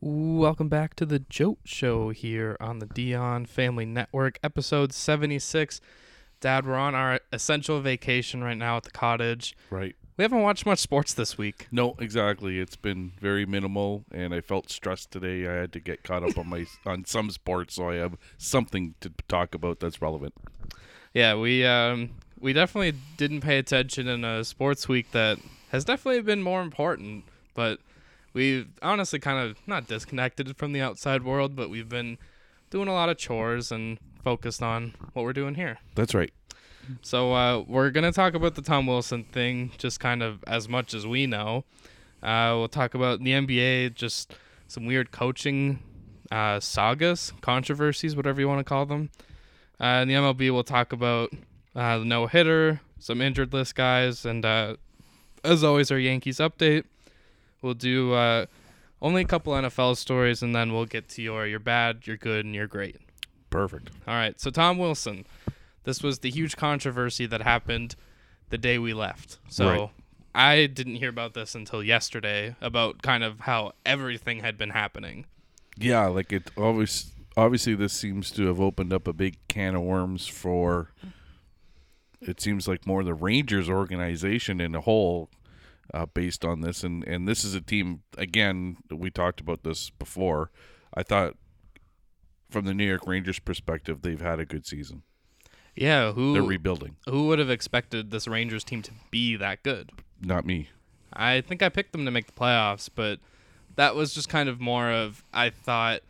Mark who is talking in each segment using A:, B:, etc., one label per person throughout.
A: Welcome back to the Jote Show here on the Dion Family Network, episode 76. Dad, we're on our essential vacation right now at the cottage.
B: Right.
A: We haven't watched much sports this week.
B: No, exactly. It's been very minimal, and I felt stressed today. I had to get caught up on my on some sports, so I have something to talk about that's relevant.
A: Yeah, we um we definitely didn't pay attention in a sports week that has definitely been more important, but we've honestly kind of not disconnected from the outside world, but we've been doing a lot of chores and focused on what we're doing here.
B: That's right.
A: So uh, we're gonna talk about the Tom Wilson thing, just kind of as much as we know. Uh, we'll talk about the NBA, just some weird coaching uh, sagas, controversies, whatever you want to call them. Uh, in the MLB, we'll talk about uh, the no hitter, some injured list guys, and uh, as always, our Yankees update. We'll do uh, only a couple NFL stories, and then we'll get to your your bad, your good, and your great.
B: Perfect.
A: All right. So Tom Wilson, this was the huge controversy that happened the day we left. So
B: Right.
A: I didn't hear about this until yesterday about kind of how everything had been happening.
B: Yeah, like it obvious. Obviously, this seems to have opened up a big can of worms for. It seems like more the Rangers organization in a whole, uh, based on this, and and this is a team again. We talked about this before. I thought, from the New York Rangers perspective, they've had a good season.
A: Yeah,
B: They're
A: who
B: rebuilding.
A: who would have expected this Rangers team to be that good?
B: Not me.
A: I think I picked them to make the playoffs, but that was just kind of more of I thought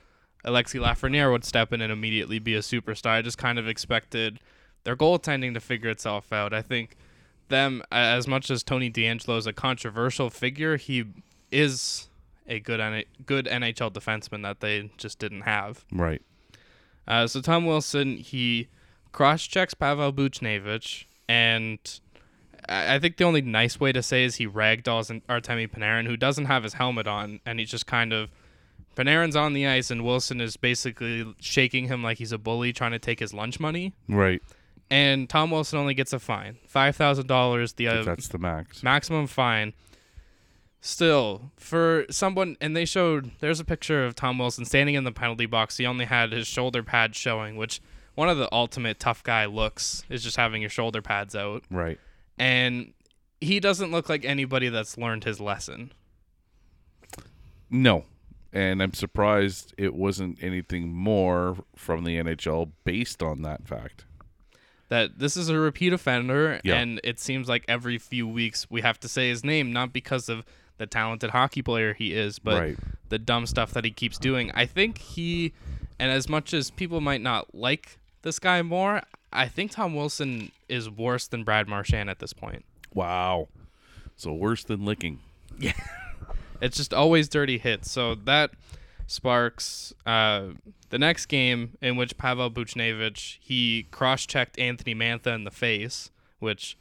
A: Alexi Lafreniere would step in and immediately be a superstar. I just kind of expected their goaltending to figure itself out. I think them a- as much as Tony D'Angelo is a controversial figure, he is a good N- good NHL defenseman that they just didn't have.
B: Right.
A: Uh, so Tom Wilson, he cross checks Pavel Buchnevich, and I I think the only nice way to say is he ragdolls an- Artemi Panarin, who doesn't have his helmet on, and he's just kind of Panarin's on the ice, and Wilson is basically shaking him like he's a bully, trying to take his lunch money.
B: Right.
A: And Tom Wilson only gets a fine five thousand dollars. The uh,
B: That's the max.
A: maximum fine. Still, for someone, and they showed there's a picture of Tom Wilson standing in the penalty box. He only had his shoulder pads showing, which one of the ultimate tough guy looks is just having your shoulder pads out.
B: Right.
A: And he doesn't look like anybody that's learned his lesson.
B: No. And I'm surprised it wasn't anything more from the NHL based on that fact.
A: That this is a repeat offender,
B: Yeah.
A: and it seems like every few weeks we have to say his name, not because of the talented hockey player he is, but
B: Right.
A: the dumb stuff that he keeps doing. I think he, and as much as people might not like this guy more, I think Tom Wilson is worse than Brad Marchand at this point.
B: Wow. So worse than licking.
A: It's just always dirty hits. So that sparks uh, the next game in which Pavel Buchnevich he cross-checked Anthony Mantha in the face, which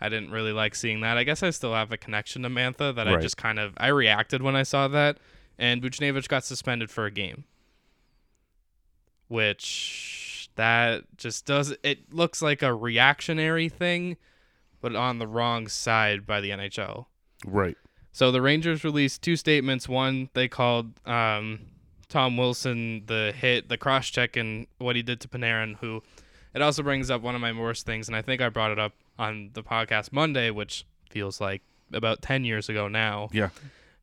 A: I didn't really like seeing that. I guess I still have a connection to Mantha that I
B: Right.
A: just kind of I reacted when I saw that, and Buchnevich got suspended for a game, which that just does it looks like a reactionary thing, but on the wrong side by the NHL.
B: Right.
A: So the Rangers released two statements. One, they called um, Tom Wilson the hit, the cross check, and what he did to Panarin, who it also brings up one of my worst things. And I think I brought it up on the podcast Monday, which feels like about 10 years ago now.
B: Yeah.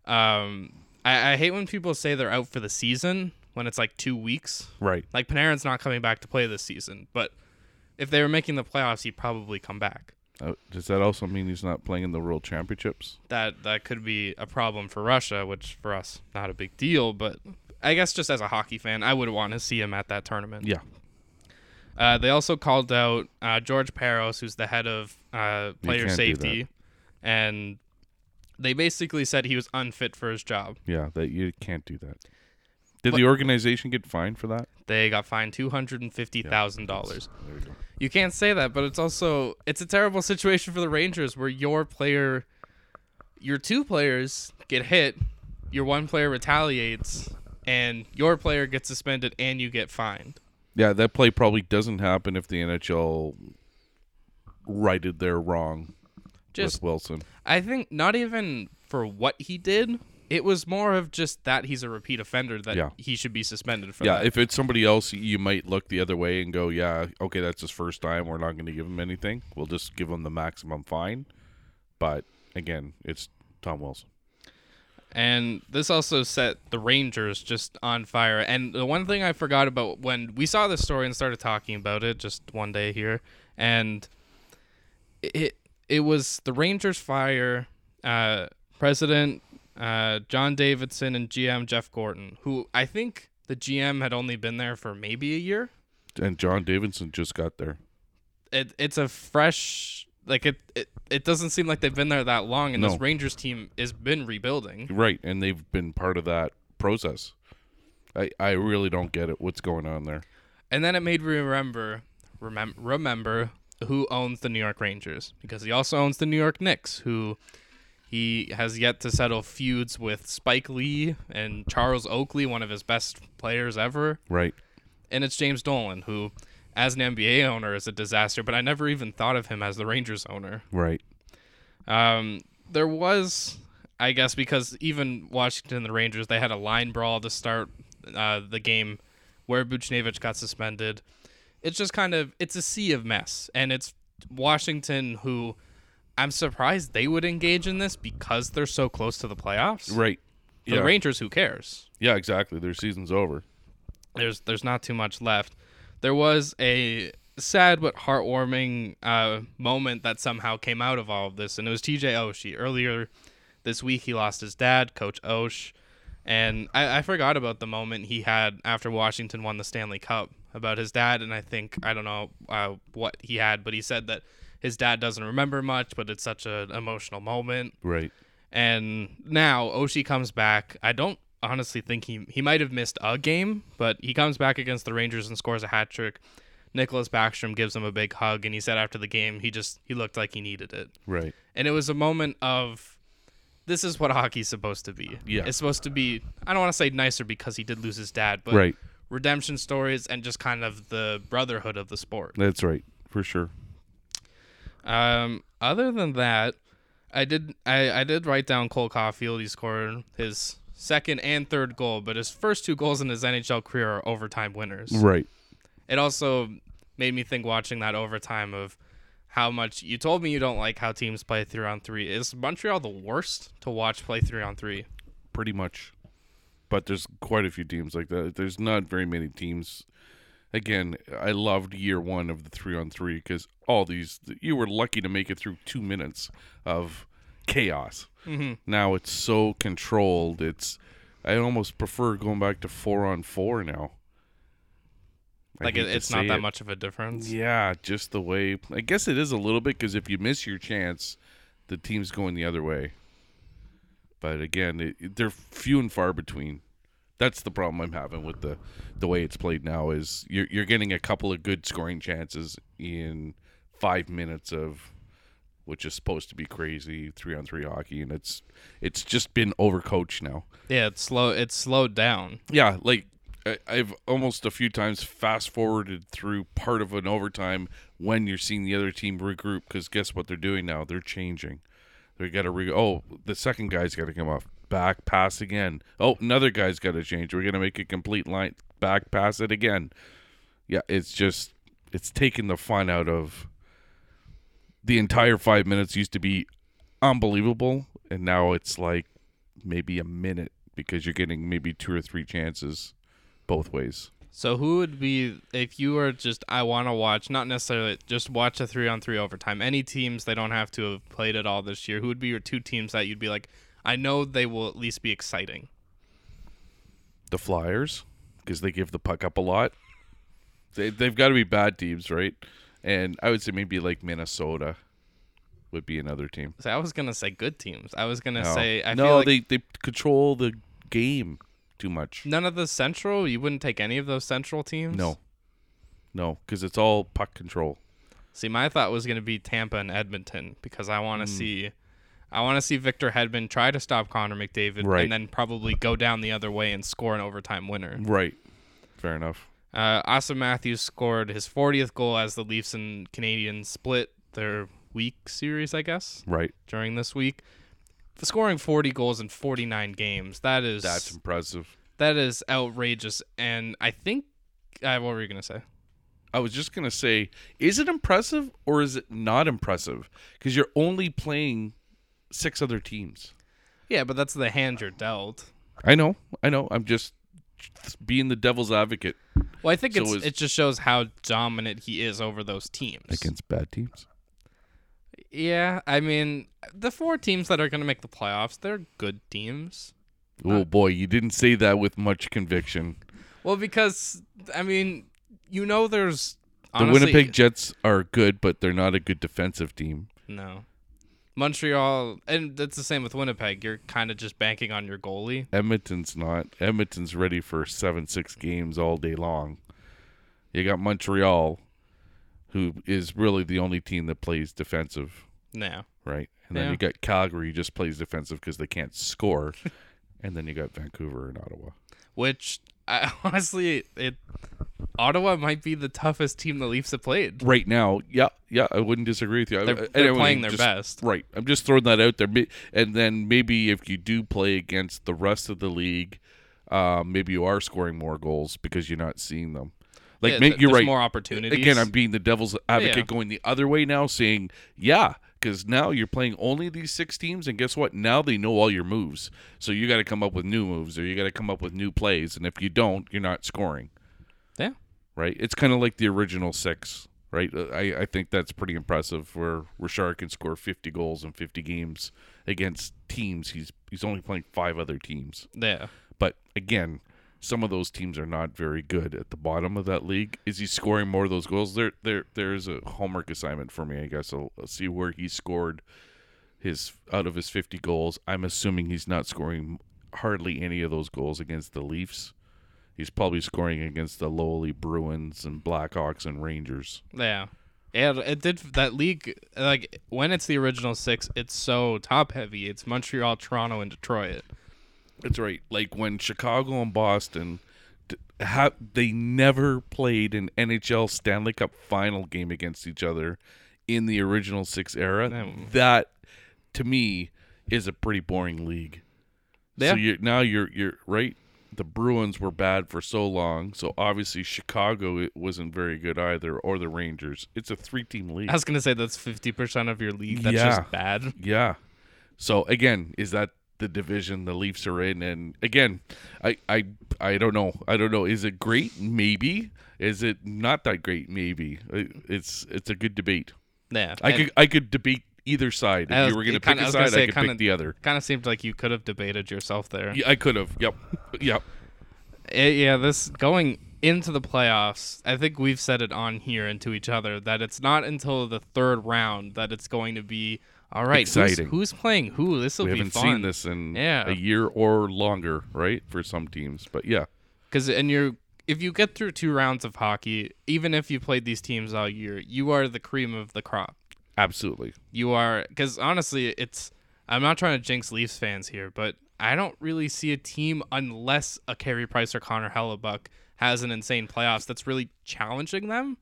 A: Um, I, I hate when people say they're out for the season when it's like two weeks.
B: Right.
A: Like Panarin's not coming back to play this season, but if they were making the playoffs, he'd probably come back.
B: Uh, does that also mean he's not playing in the World Championships?
A: that that could be a problem for Russia, which for us not a big deal, but I guess just as a hockey fan, I would want to see him at that tournament.
B: Yeah.
A: Uh, they also called out uh, George Peros, who's the head of uh, player
B: can't do
A: safety, and they basically said he was unfit for his job.
B: Yeah. That you can't do that. Did
A: But-
B: the organization get fined for that?
A: They got fined two hundred and fifty thousand dollars.
B: There you go.
A: You can't say that, but it's also it's a terrible situation for the Rangers where your player your two players get hit, your one player retaliates, and your player gets suspended and you get fined.
B: Yeah, that play probably doesn't happen if the NHL righted their wrong
A: Just
B: with Wilson.
A: I think not even for what he did, It was more of just that he's a repeat offender that
B: Yeah.
A: he should be suspended for
B: Yeah,
A: that.
B: if it's somebody else, you might look the other way and go, "Yeah, okay, that's his first time. We're not going to give him anything. We'll just give him the maximum fine." But again, it's Tom Wilson.
A: And this also set the Rangers just on fire. And the one thing I forgot about when we saw this story and started talking about it just one day here, and it it was the Rangers fire uh, president uh, John Davidson and GM Jeff Gordon, who I think the GM had only been there for maybe a year.
B: And John Davidson just got there.
A: It it's a fresh like it it, it doesn't seem like they've been there that long, and
B: No.
A: this Rangers team has been rebuilding.
B: Right, and they've been part of that process. I I really don't get it. What's going on there?
A: And then it made me remember, remember, remember who owns the New York Rangers because he also owns the New York Knicks, who he has yet to settle feuds with Spike Lee and Charles Oakley, one of his best players ever,
B: Right.
A: and it's James Dolan, who, as an NBA owner, is a disaster. But I never even thought of him as the Rangers owner.
B: Right.
A: Um, there was, I guess, because even Washington and the Rangers, they had a line brawl to start uh, the game where Buchnevich got suspended. It's just kind of it's a sea of mess, and it's Washington who I'm surprised they would engage in this because they're so close to the playoffs.
B: Right.
A: For
B: yeah.
A: the Rangers, who cares?
B: yeah, exactly. Their season's over.
A: There's there's not too much left. There was a sad but heartwarming uh, moment that somehow came out of all of this, and it was TJ Oshie. Earlier this week, he lost his dad, Coach Osh, and I, I forgot about the moment he had after Washington won the Stanley Cup about his dad, and I think I don't know uh, what he had, but he said that his dad doesn't remember much, but it's such an emotional moment.
B: Right.
A: And now Oshi comes back. I don't honestly think he he might have missed a game, but he comes back against the Rangers and scores a hat trick. Nicholas Backstrom gives him a big hug and he said after the game he just he looked like he needed it.
B: Right.
A: And it was a moment of this is what hockey's supposed to be.
B: Yeah.
A: It's supposed to be I don't want to say nicer because he did lose his dad, but
B: Right.
A: redemption stories and just kind of the brotherhood of the sport.
B: That's right. For sure.
A: Um, other than that, I did I, I did write down Cole Caulfield. He scored his second and third goal, but his first two goals in his NHL career are overtime winners.
B: Right.
A: It also made me think watching that overtime of how much you told me you don't like how teams play three on three. Is Montreal the worst to watch play three on three?
B: Pretty much. But there's quite a few teams like that. There's not very many teams. Again, I loved year one of the three on three because all these you were lucky to make it through two minutes of chaos. Mm-hmm. Now it's so controlled. It's I almost prefer going back to four on four now. I
A: Like
B: hate
A: it,
B: to
A: it's not
B: say
A: that
B: it.
A: much of a difference.
B: Yeah, just the way. I guess it is a little bit because if you miss your chance, the team's going the other way. But again, it- it, they're few and far between. That's the problem I'm having with the the way it's played now. Is you're you're getting a couple of good scoring chances in five minutes of which is supposed to be crazy three on three hockey, and it's it's just been overcoached now.
A: Yeah, it's slow. It's slowed down.
B: Yeah, like I, I've almost a few times fast forwarded through part of an overtime when you're seeing the other team regroup because guess what they're doing now? They're changing. They got to re. Oh, the second guy's got to come off back pass again. Oh, another guy's got to change. We're gonna make a complete line back pass it again. Yeah, it's just it's taking the fun out of the entire five minutes used to be unbelievable, and now it's like maybe a minute because you're getting maybe two or three chances both ways.
A: So who would be if you were just I want to watch not necessarily just watch a three on three overtime any teams they don't have to have played at all this year who would be your two teams that you'd be like I know they will at least be exciting
B: The Flyers, because they give the puck up a lot. They, they've got to be bad teams, right? And I would say maybe like Minnesota would be another team.
A: so I was gonna say good teams I was gonna
B: No.
A: say I
B: no,
A: feel like
B: they they control the game too much.
A: none of the central you wouldn't take any of those central teams
B: No, no, because it's all puck control.
A: see my thought was gonna be Tampa and Edmonton because I
B: Mm.
A: want to see I want to see Victor Hedman try to stop Connor McDavid
B: Right.
A: and then probably go down the other way and score an overtime winner
B: Right. Fair enough.
A: Uh, Austin Matthews scored his 40th goal as the Leafs and Canadians split their week series, I guess,
B: Right.
A: during this week. scoring 40 goals in 49 games. That is
B: That's impressive.
A: that is outrageous. And I think, uh, what were you gonna say?
B: I was just gonna say, is it impressive or is it not impressive? Because you're only playing six other teams.
A: Yeah, but that's the hand you're dealt.
B: I know, I know. I'm just being the devil's advocate
A: Well, I think
B: So
A: it's,
B: is-
A: it just shows how dominant he is over those teams.
B: bad teams.
A: Yeah, I mean, the four teams that are going to make the playoffs, they're good teams.
B: Oh boy, you didn't say that with much conviction.
A: Well, because I mean, you know, there's
B: The
A: honestly,
B: Winnipeg Jets are good, but they're not a good defensive team.
A: no Montreal, and it's the same with Winnipeg. You're kind of just banking on your goalie.
B: Edmonton's not. Edmonton's ready for seven, six games all day long. You got Montreal, who is really the only team that plays defensive,
A: No,
B: right? And then
A: Yeah.
B: you got Calgary, who just plays defensive because they can't score. and then you got Vancouver and Ottawa.
A: which I, honestly, it Ottawa might be the toughest team the Leafs have played.
B: Right now, yeah, yeah, I wouldn't disagree with you. I-
A: They're,
B: I-
A: they're
B: Uh, anyway,
A: playing their
B: just-
A: best.
B: Right. I'm just throwing that out there. May- And then maybe if you do play against the rest of the league, uh, maybe you are scoring more goals because you're not seeing them. Like,
A: Yeah,
B: may-
A: th-
B: you're
A: there's
B: right.
A: More opportunities.
B: Again, I'm being the devil's advocate
A: yeah.
B: going the other way now, saying, yeah, because now you're playing only these six teams. And guess what? Now they know all your moves. So you got to come up with new moves or you got to come up with new plays. And if you don't, you're not scoring,
A: yeah.
B: right? It's kind of like the original six, right? Uh, I, I think that's pretty impressive where Richard can score 50 goals in 50 games against teams. He's, he's only playing five other teams.
A: Yeah.
B: But again, some of those teams are not very good at the bottom of that league. Is he scoring more of those goals? There, there, there is a homework assignment for me. I guess I'll, I'll see where he scored his out of his fifty goals. I'm assuming he's not scoring hardly any of those goals against the Leafs. He's probably scoring against the lowly Bruins and Blackhawks and Rangers.
A: Yeah. Yeah, it did that league like when it's the original six, it's so top heavy. It's Montreal, Toronto, and Detroit.
B: That's right. Like when Chicago and Boston, d- ha- they never played an NHL Stanley Cup final game against each other in the original six era.
A: Mm.
B: That, to me, is a pretty boring league.
A: Yeah.
B: So you're, now you're you're right. The Bruins were bad for so long, so obviously Chicago it wasn't very good either, or the Rangers. It's a three-team league.
A: I was gonna say that's fifty percent of your league that's
B: Yeah.
A: just bad.
B: Yeah. So again, is that the division the Leafs are in? And again, I I I don't know. I don't know. Is it great? Maybe. Is it not that great? Maybe. I- It's it's a good debate.
A: Yeah,
B: I could I could debate either side.
A: I
B: If
A: was-
B: you were going to
A: it kinda-
B: pick
A: I
B: a
A: was gonna
B: side,
A: say
B: I
A: it
B: could
A: kinda-
B: pick the other.
A: kind of seemed like you could have debated yourself there.
B: Yeah, I could have. Yep. Yep.
A: Yeah. yeah, this going into the playoffs, I think we've said it on here and to each other that it's not until the third round that it's going to be all right. who's-
B: Exciting.
A: Who's, playing who? This will
B: We
A: be
B: haven't
A: fun.
B: seen this in
A: Yeah.
B: a year or longer, right? For some teams, but yeah.
A: Because and you're if you get through two rounds of hockey, even if you played these teams all year, you are the cream of the crop.
B: Absolutely.
A: You are because honestly, it's I'm not trying to jinx Leafs fans here, but I don't really see a team unless a Carey Price or Connor Hellebuck has an insane playoffs that's really challenging them.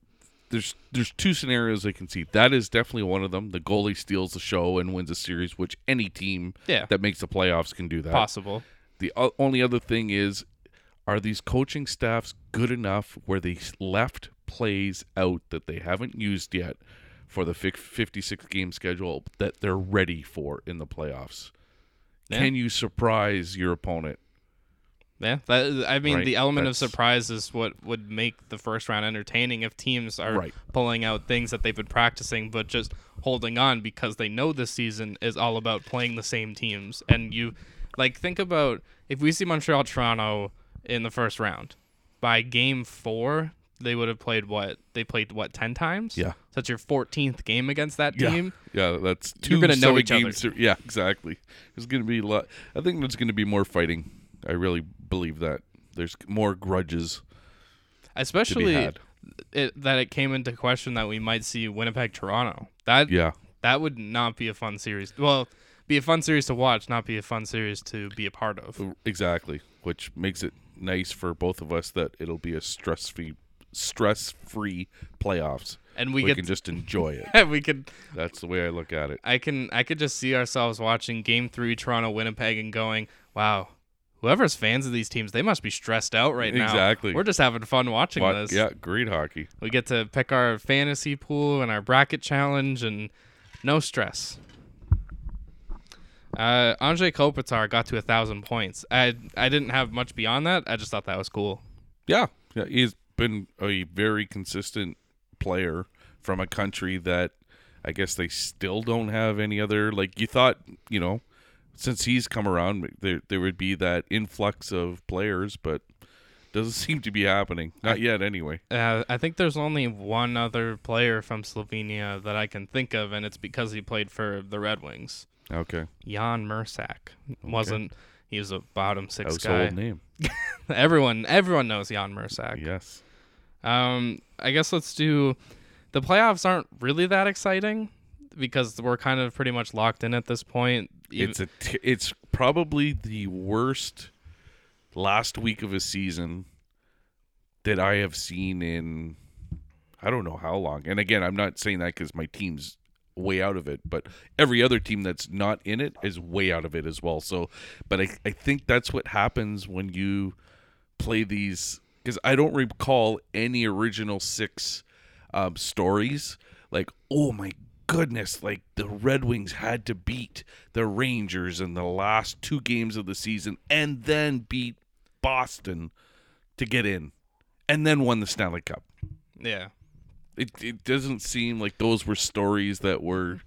B: there's there's two scenarios I can see. That is definitely one of them. The goalie steals the show and wins a series, which any team
A: Yeah.
B: that makes the playoffs can do that.
A: Possible.
B: The o- only other thing is, are these coaching staffs good enough where they s- left plays out that they haven't used yet for the fif- 56 game schedule that they're ready for in the playoffs?
A: Yeah.
B: Can you surprise your opponent?
A: Yeah, that, I mean,
B: Right,
A: the element of
B: that's-
A: surprise is what would make the first round entertaining if teams are
B: Right.
A: pulling out things that they've been practicing, but just holding on because they know this season is all about playing the same teams. And you, like, think about if we see Montreal Toronto in the first round, by game four, they would have played what? They played, what, 10 times?
B: Yeah.
A: So that's your 14th game against that team.
B: Yeah, that's 2
A: You're gonna know
B: seven
A: each other.
B: game ser- yeah, exactly. There's going to be a lot. I think there's going to be more fighting. I really believe that. There's more grudges to be
A: Especially
B: had.
A: it, that it came into question that we might see Winnipeg Toronto. That
B: Yeah,
A: That would not be a fun series. Well, be a fun series to watch, not be a fun series to be a part of.
B: exactly. Which makes it nice for both of us that it'll be a stress-free stress free playoffs.
A: and
B: We,
A: we, get
B: can just enjoy it.
A: we could
B: That's the way I look at it.
A: I can I could just see ourselves watching Game Three, Toronto, Winnipeg, and going, "Wow, whoever's fans of these teams, they must be stressed out right now."
B: Exactly.
A: We're just having fun watching
B: But,
A: this.
B: yeah, great hockey.
A: We get to pick our fantasy pool and our bracket challenge, and no stress. Uh, Andre Kopitar got to a thousand points. I I didn't have much beyond that. I just thought that was cool.
B: Yeah. yeah. He's been a very consistent player from a country that I guess they still don't have any other. Like, you thought, you know, since he's come around, there, there would be that influx of players, but doesn't seem to be happening. Not yet, anyway.
A: Uh, I think there's only one other player from Slovenia that I can think of, and it's because he played for the Red Wings.
B: Okay.
A: Jan Mersak wasn't. He was a bottom six guy.
B: Household name.
A: Everyone, everyone knows Jan Mersak.
B: Yes.
A: Um, I guess let's do. The playoffs aren't really that exciting because we're kind of pretty much locked in at this point. Ev-
B: It's a t- it's probably the worst last week of a season that I have seen in I don't know how long. And again, I'm not saying that cuz my team's way out of it, but every other team that's not in it is way out of it as well. So, but I I think that's what happens when you play these because I don't recall any original six um, stories. Like, oh my goodness, like the Red Wings had to beat the Rangers in the last two games of the season and then beat Boston to get in and then won the Stanley Cup.
A: yeah.
B: It, it doesn't seem like those were stories that were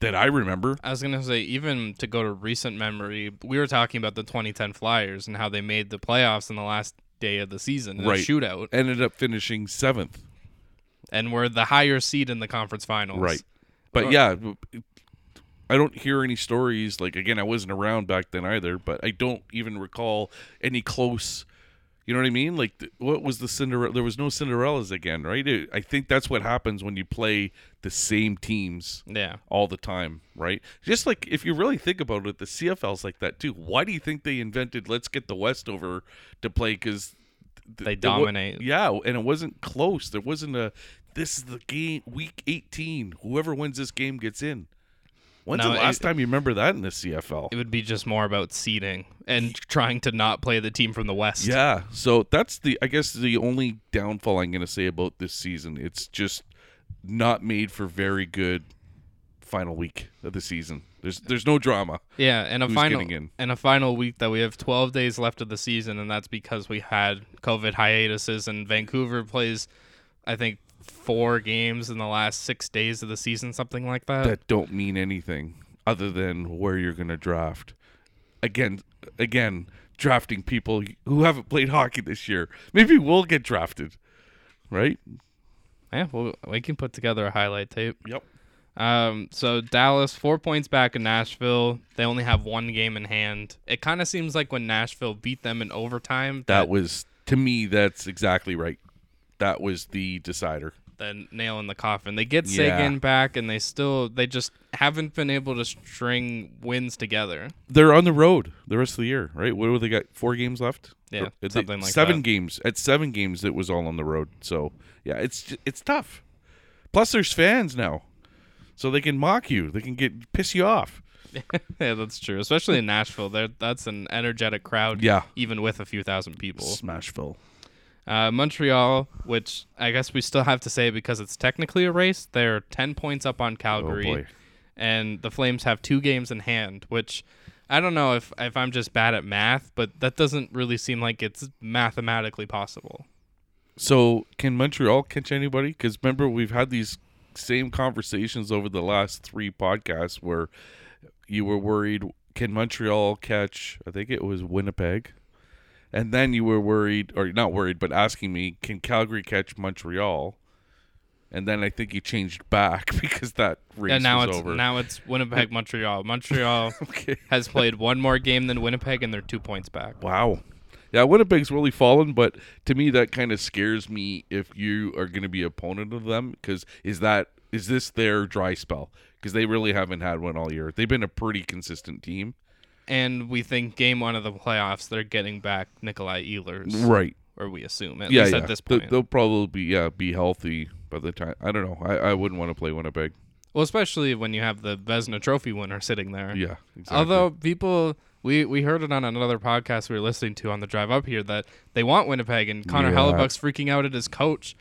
B: that I remember.
A: I was gonna say even to go to recent memory, we were talking about the 2010 Flyers and how they made the playoffs in the last day of the season in
B: Right.
A: a shootout,
B: Ended up finishing seventh.
A: and were the higher seed in the conference finals.
B: Right. But
A: Uh,
B: yeah, w- it- I don't hear any stories. Like again, I wasn't around back then either, but I don't even recall any close. You know what I mean? Like th- what was the Cinderella? There was no Cinderellas again, right? It- I think that's what happens when you play the same teams
A: Yeah.
B: all the time, right? Just like if you really think about it, the CFL's like that too. Why do you think they invented let's get the West over to play cuz
A: They dominate.
B: yeah, and it wasn't close. There wasn't a this is the game week 18. Whoever wins this game gets in. When's
A: No,
B: the
A: it-
B: last time you remember that in the CFL?
A: It would be just more about seeding and trying to not play the team from the West.
B: Yeah. So that's the I guess the only downfall I'm going to say about this season. It's just not made for very good final week of the season. There's there's no drama.
A: Yeah, and a
B: who's
A: final
B: getting in.
A: and a final week that we have 12 days left of the season, and that's because we had COVID hiatuses and Vancouver plays, I think, four games in the last six days of the season, something like that.
B: that don't mean anything other than where you're going to draft. Again, again, drafting people who haven't played hockey this year. Maybe we'll get drafted, right?
A: yeah, well, we can put together a highlight tape.
B: Yep.
A: Um, so Dallas four points back in Nashville. They only have one game in hand. It kind of seems like when Nashville beat them in overtime,
B: That was to me. That's exactly right. That was the decider.
A: the nail in the coffin. They get
B: Yeah.
A: Sagan back, and they still they just haven't been able to string wins together.
B: They're on the road the rest of the year, right? What do they got? Four games left.
A: Yeah,
B: Or- they-
A: something like
B: seven
A: that.
B: games. At seven games, it was all on the road. So yeah, it's j- it's tough. Plus, there's fans now, so they can mock you. They can get piss you off.
A: yeah, that's true. Especially in Nashville, there that's an energetic crowd.
B: Yeah.
A: even with a few thousand people.
B: Smashville.
A: Uh, Montreal, which I guess we still have to say because it's technically a race, they're ten points up on Calgary,
B: Oh, boy.
A: and the Flames have two games in hand. Which I don't know if if I'm just bad at math, but that doesn't really seem like it's mathematically possible.
B: So can Montreal catch anybody? Because remember we've had these same conversations over the last three podcasts where you were worried can Montreal catch? I think it was Winnipeg, and then you were worried or not worried, but asking me can Calgary catch Montreal? And then I think you changed back because that race
A: and now
B: was
A: it's
B: over.
A: now it's Winnipeg, Montreal. Montreal
B: okay.
A: has played one more game than Winnipeg, and they're two points back.
B: Wow. Yeah, Winnipeg's really fallen, but to me that kind of scares me if you are going to be opponent of them because is that is this their dry spell? Because they really haven't had one all year. They've been a pretty consistent team,
A: And we think game one of the playoffs, they're getting back Nikolai Ehlers.
B: right? yeah,
A: least
B: yeah.
A: at this
B: They-
A: point.
B: They'll probably be yeah be healthy by the time. I don't know. I, I wouldn't want to play Winnipeg.
A: well, especially when you have the Vesna Trophy winner sitting there.
B: Yeah, exactly.
A: Although people, we we heard it on another podcast we were listening to on the drive up here that they want Winnipeg, and Connor
B: Yeah.
A: Hellebuck's freaking out at his coach.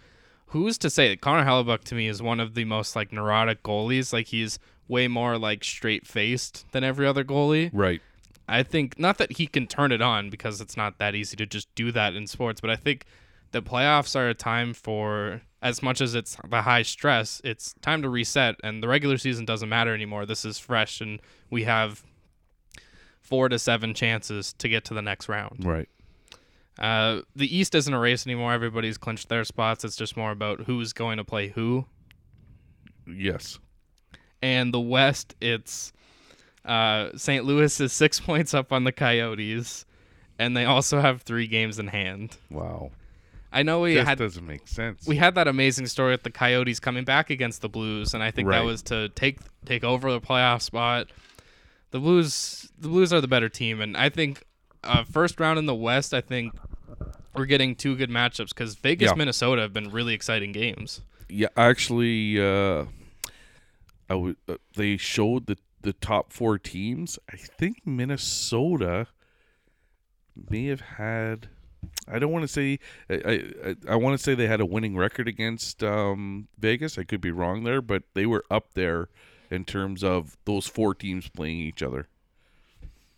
A: Who's to say that Connor Hellebuck to me is one of the most like neurotic goalies? Like he's way more like straight faced than every other goalie.
B: right.
A: I think not that he can turn it on because it's not that easy to just do that in sports, but I think the playoffs are a time for as much as it's the high stress, it's time to reset and the regular season doesn't matter anymore. This is fresh and we have 4 to 7 chances to get to the next round.
B: Right.
A: Uh, the East isn't a race anymore. Everybody's clinched their spots. It's just more about who's going to play who
B: Yes.
A: and the West, it's uh, St. Louis is six points up on the Coyotes, and they also have three games in hand.
B: Wow.
A: I know we
B: This
A: had
B: doesn't make sense.
A: we had that amazing story with the Coyotes coming back against the Blues, and I think
B: Right.
A: that was to take take over the playoff spot. The Blues the Blues are the better team, and I think uh, first round in the West, I think we're getting two good matchups because Vegas
B: Yeah.
A: Minnesota have been really exciting games.
B: yeah, actually, uh, I would. Uh, they showed the the top four teams. I think Minnesota may have had. I don't want to say. I I, I, I want to say they had a winning record against um, Vegas. I could be wrong there, but they were up there in terms of those four teams playing each other.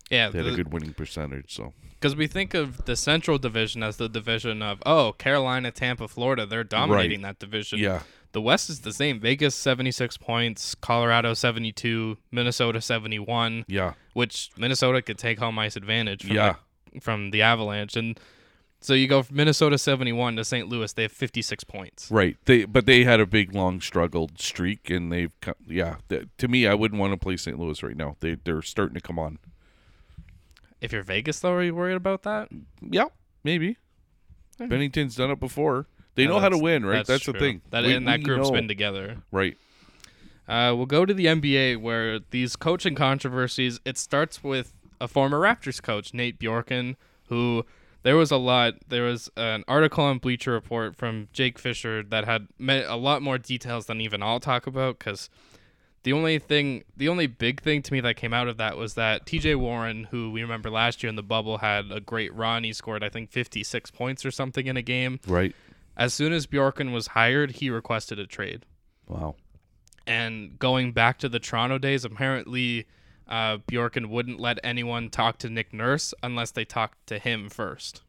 A: Yeah,
B: They had
A: the-
B: a good winning percentage. So
A: Because we think of the Central Division as the division of oh Carolina, Tampa, Florida. They're dominating that division.
B: yeah,
A: The West is the same. Vegas seventy six points, Colorado seventy two, Minnesota seventy one.
B: yeah,
A: Which Minnesota could take home ice advantage. From
B: yeah.
A: The, from the Avalanche, and so you go from Minnesota seventy one to St. Louis. They have fifty six points.
B: Right. They but they had a big long struggled streak and they've come, yeah, th- to me I wouldn't want to play St. Louis right now. They they're starting to come on.
A: If you're Vegas, though, are you worried about that?
B: Yeah, maybe. Bennington's done it before. They
A: Yeah,
B: know how to
A: that's-
B: win, right? That's, the
A: true.
B: thing.
A: That
B: We-
A: and that
B: we
A: group's
B: know.
A: been together.
B: right.
A: Uh, we'll go to the NBA where these coaching controversies. It starts with a former Raptors coach, Nate Bjorken, who there was a lot. There was an article on Bleacher Report from Jake Fisher that had me- a lot more details than even I'll talk about because the only thing, the only big thing to me that came out of that was that TJ Warren, who we remember last year in the bubble, had a great run. He scored, I think, 56 points or something in a game.
B: Right.
A: As soon as Bjorken was hired, he requested a trade
B: Wow.
A: and going back to the Toronto days, apparently uh, Bjorken wouldn't let anyone talk to Nick Nurse unless they talked to him first.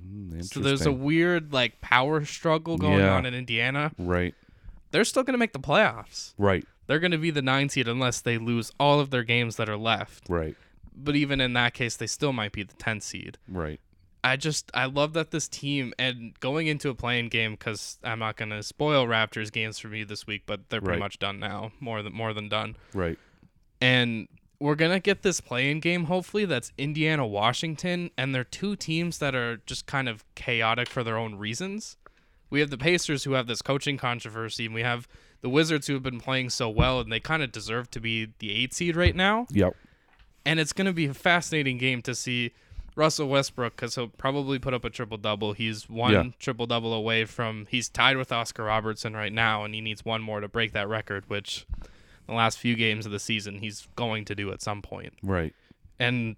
B: Mm,
A: So
B: Interesting.
A: there's a weird like power struggle going
B: Yeah.
A: on in Indiana.
B: right.
A: They're still going to make the playoffs.
B: Right.
A: They're going to be the nine seed unless they lose all of their games that are left.
B: Right.
A: But even in that case, they still might be the 10 seed.
B: Right.
A: I just I love that this team and going into a playing game because I'm not going to spoil Raptors games for me this week, but they're pretty
B: Right.
A: much done now, more than more than done.
B: Right.
A: and we're gonna get this play-in game hopefully that's indiana washington and they're two teams that are just kind of chaotic for their own reasons we have the pacers who have this coaching controversy and we have the wizards who have been playing so well and they kind of deserve to be the eight seed right now
B: Yep.
A: and it's gonna be a fascinating game to see russell westbrook because he'll probably put up a triple double he's one
B: Yeah.
A: triple double away from he's tied with oscar robertson right now and he needs one more to break that record which the last few games of the season he's going to do at some point.
B: Right.
A: And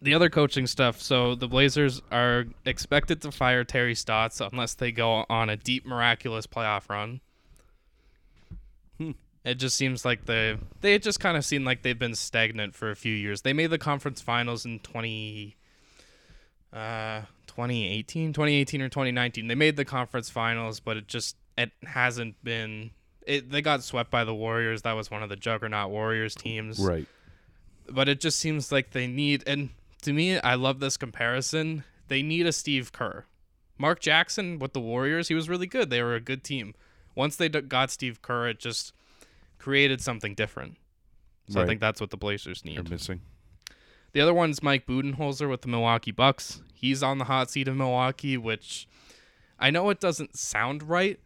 A: the other coaching stuff, so the Blazers are expected to fire Terry Stotts unless they go on a deep miraculous playoff run. It just seems like they they just kind of seem like they've been stagnant for a few years. They made the conference finals in 20 uh 2018, 2018 or 2019. They made the conference finals, but it just it hasn't been it, they got swept by the Warriors. That was one of the juggernaut Warriors teams
B: Right.
A: but it just seems like they need and to me I love this comparison. They need a Steve Kerr. Mark Jackson with the Warriors, he was really good. They were a good team. Once they d- got Steve Kerr, it just created something different. So I
B: Right.
A: think that's what the Blazers
B: You're
A: need.
B: missing.
A: The other one's Mike Budenholzer with the Milwaukee Bucks. He's on the hot seat in Milwaukee, which I know it doesn't sound right,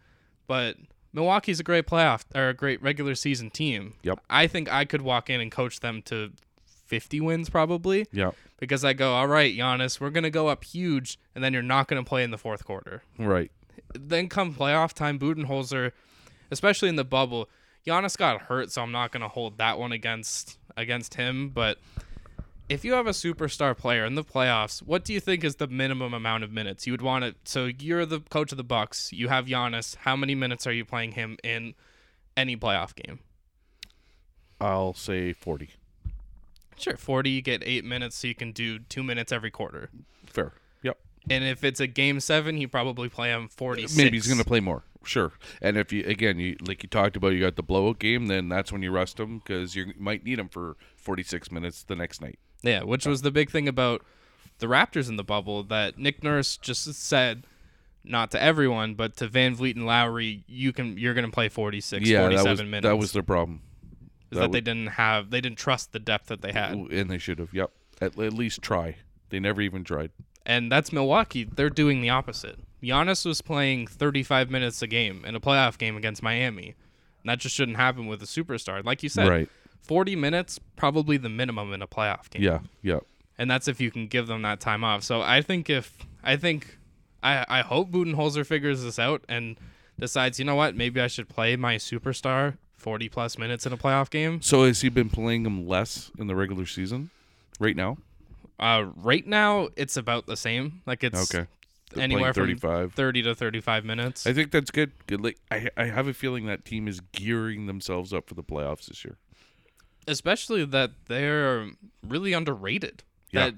A: but Milwaukee's a great playoff or a great regular season team.
B: Yep.
A: I think I could walk in and coach them to 50 wins probably
B: Yeah.
A: because I go, all right, Giannis, we're gonna go up huge, and then you're not gonna play in the fourth quarter.
B: Right.
A: Then come playoff time, Budenholzer, especially in the bubble, Giannis got hurt, so I'm not gonna hold that one against against him. But if you have a superstar player in the playoffs, what do you think is the minimum amount of minutes you would want it? So you're the coach of the Bucks, you have Giannis. How many minutes are you playing him in any playoff game?
B: I'll say 40.
A: Sure, 40, you get eight minutes, so you can do two minutes every quarter.
B: Fair. Yep.
A: And if it's a game seven, you probably play him 46.
B: Maybe he's going to play more. Sure. And if you again, you like you talked about, you got the blowout game, then that's when you rest him because you might need him for 46 minutes the next night.
A: Yeah, which was the big thing about the Raptors in the bubble that Nick Nurse just said, not to everyone, but to Van Vliet and Lowry, you can you're going to play 46, 47
B: that was
A: minutes.
B: that was their problem,
A: Is that,
B: that
A: they didn't have they didn't trust the depth that they had,
B: and they should have. Yep. At, at least try. They never even tried.
A: and that's Milwaukee. They're doing the opposite. Giannis was playing 35 minutes a game in a playoff game against Miami. And that just shouldn't happen with a superstar. Like you said,
B: Right.
A: 40 minutes probably the minimum in a playoff game.
B: Yeah. Yep.
A: and that's if you can give them that time off. So I think if I think I I hope Budenholzer figures this out and decides, you know what, maybe I should play my superstar forty plus minutes in a playoff game.
B: So has he been playing him less in the regular season? Right now,
A: Uh, right now it's about the same. Like it's
B: Okay. They're
A: anywhere
B: playing
A: from
B: 35.
A: thirty to thirty five minutes.
B: I think that's good. Good. Like, I I have a feeling that team is gearing themselves up for the playoffs this year.
A: Especially that they're really underrated.
B: Yeah.
A: That,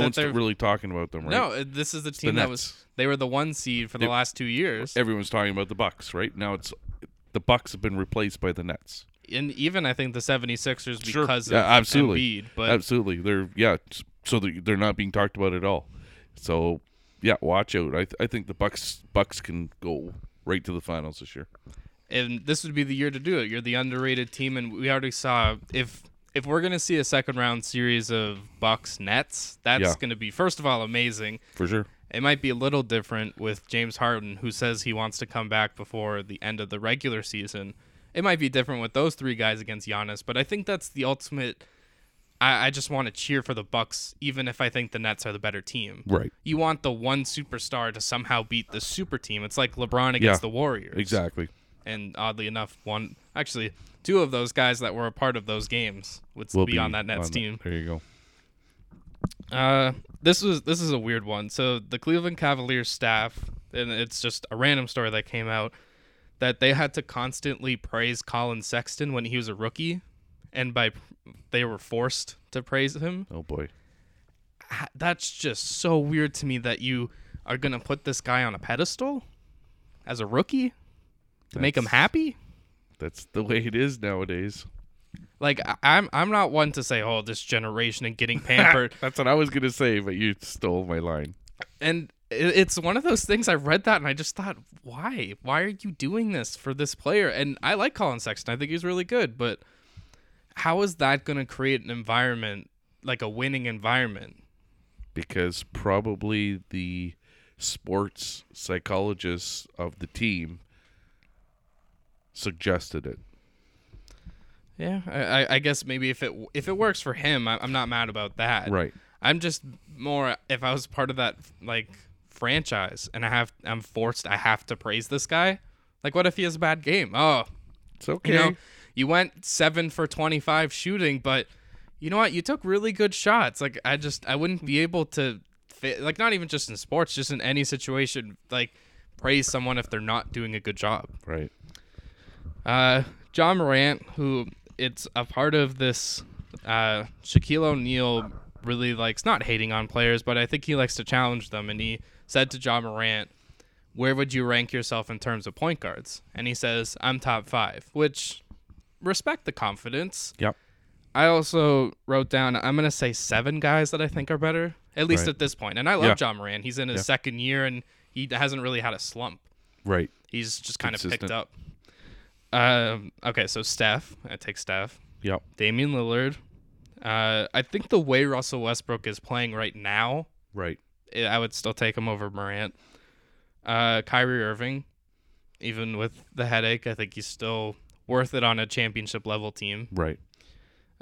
A: that
B: one's
A: they're-
B: really talking about them, right?
A: No, this is the team that was
B: Nets.
A: they were the one seed for the
B: They-
A: last two years.
B: everyone's talking about the Bucks, right? Now it's the Bucks have been replaced by the Nets.
A: And even I think the 76ers
B: Sure.
A: because
B: Yeah,
A: of
B: absolutely.
A: Embiid, but
B: Absolutely, they're yeah. it's- So they- they're not being talked about at all. So yeah, watch out. I th- I think the Bucks Bucks can go right to the finals this year.
A: and this would be the year to do it. You're the underrated team, and we already saw if if we're gonna see a second round series of Bucks Nets, that's
B: Yeah.
A: gonna be first of all amazing.
B: For sure.
A: It might be a little different with James Harden, who says he wants to come back before the end of the regular season. It might be different with those three guys against Giannis, but I think that's the ultimate. I, I just want to cheer for the Bucks, even if I think the Nets are the better team.
B: Right.
A: You want the one superstar to somehow beat the super team. It's like LeBron against the
B: Yeah,
A: Warriors
B: Exactly.
A: and oddly enough, one actually two of those guys that were a part of those games would
B: We'll
A: be, on that Nets
B: the-
A: team.
B: there you go.
A: Uh, this was this is a weird one. So the Cleveland Cavaliers staff, and it's just a random story that came out that they had to constantly praise Colin Sexton when he was a rookie, and by they were forced to praise him.
B: Oh boy.
A: Ha- That's just so weird to me that you are gonna put this guy on a pedestal as a rookie to make him
B: That's-
A: happy.
B: That's the way it is nowadays.
A: Like I- I'm I'm not one to say, oh, this generation and getting pampered.
B: That's what I was gonna say, but you stole my line.
A: and i- it's one of those things I read that and I just thought, why? Why are you doing this for this player? And I like Colin Sexton. I think he's really good, but how is that gonna create an environment, like a winning environment?
B: because probably the sports psychologists of the team suggested it.
A: Yeah, I, I- I guess maybe if it w- if it works for him, I, I'm not mad about that.
B: Right.
A: I'm just more if I was part of that like franchise and I have I'm forced I have to praise this guy. Like what if he has a bad game? Oh,
B: It's okay.
A: You know, you went seven for 25 shooting, but you know what? You took really good shots. Like, I just, I wouldn't be able to, fit, like, not even just in sports, just in any situation, like, praise someone if they're not doing a good job.
B: right.
A: Uh, John Morant, who it's a part of this, uh, Shaquille O'Neal really likes not hating on players, but I think he likes to challenge them. And he said to John Morant, "Where would you rank yourself in terms of point guards?" And he says, "I'm top five, which respect the confidence.
B: Yep.
A: I also wrote down I'm gonna say seven guys that I think are better, at least
B: Right.
A: at this point. And I love
B: Yeah.
A: John Moran. He's in his
B: Yeah.
A: second year and he hasn't really had a slump.
B: Right.
A: He's just kind of picked
B: Consistent.
A: up. Um, okay, so Steph, I take Steph.
B: Yep.
A: Damian Lillard. Uh, I think the way Russell Westbrook is playing right now, eh,
B: Right.
A: I I would still take him over Morant. Uh, Kyrie Irving, even with the headache, I think he's still worth it on a championship level team.
B: Right.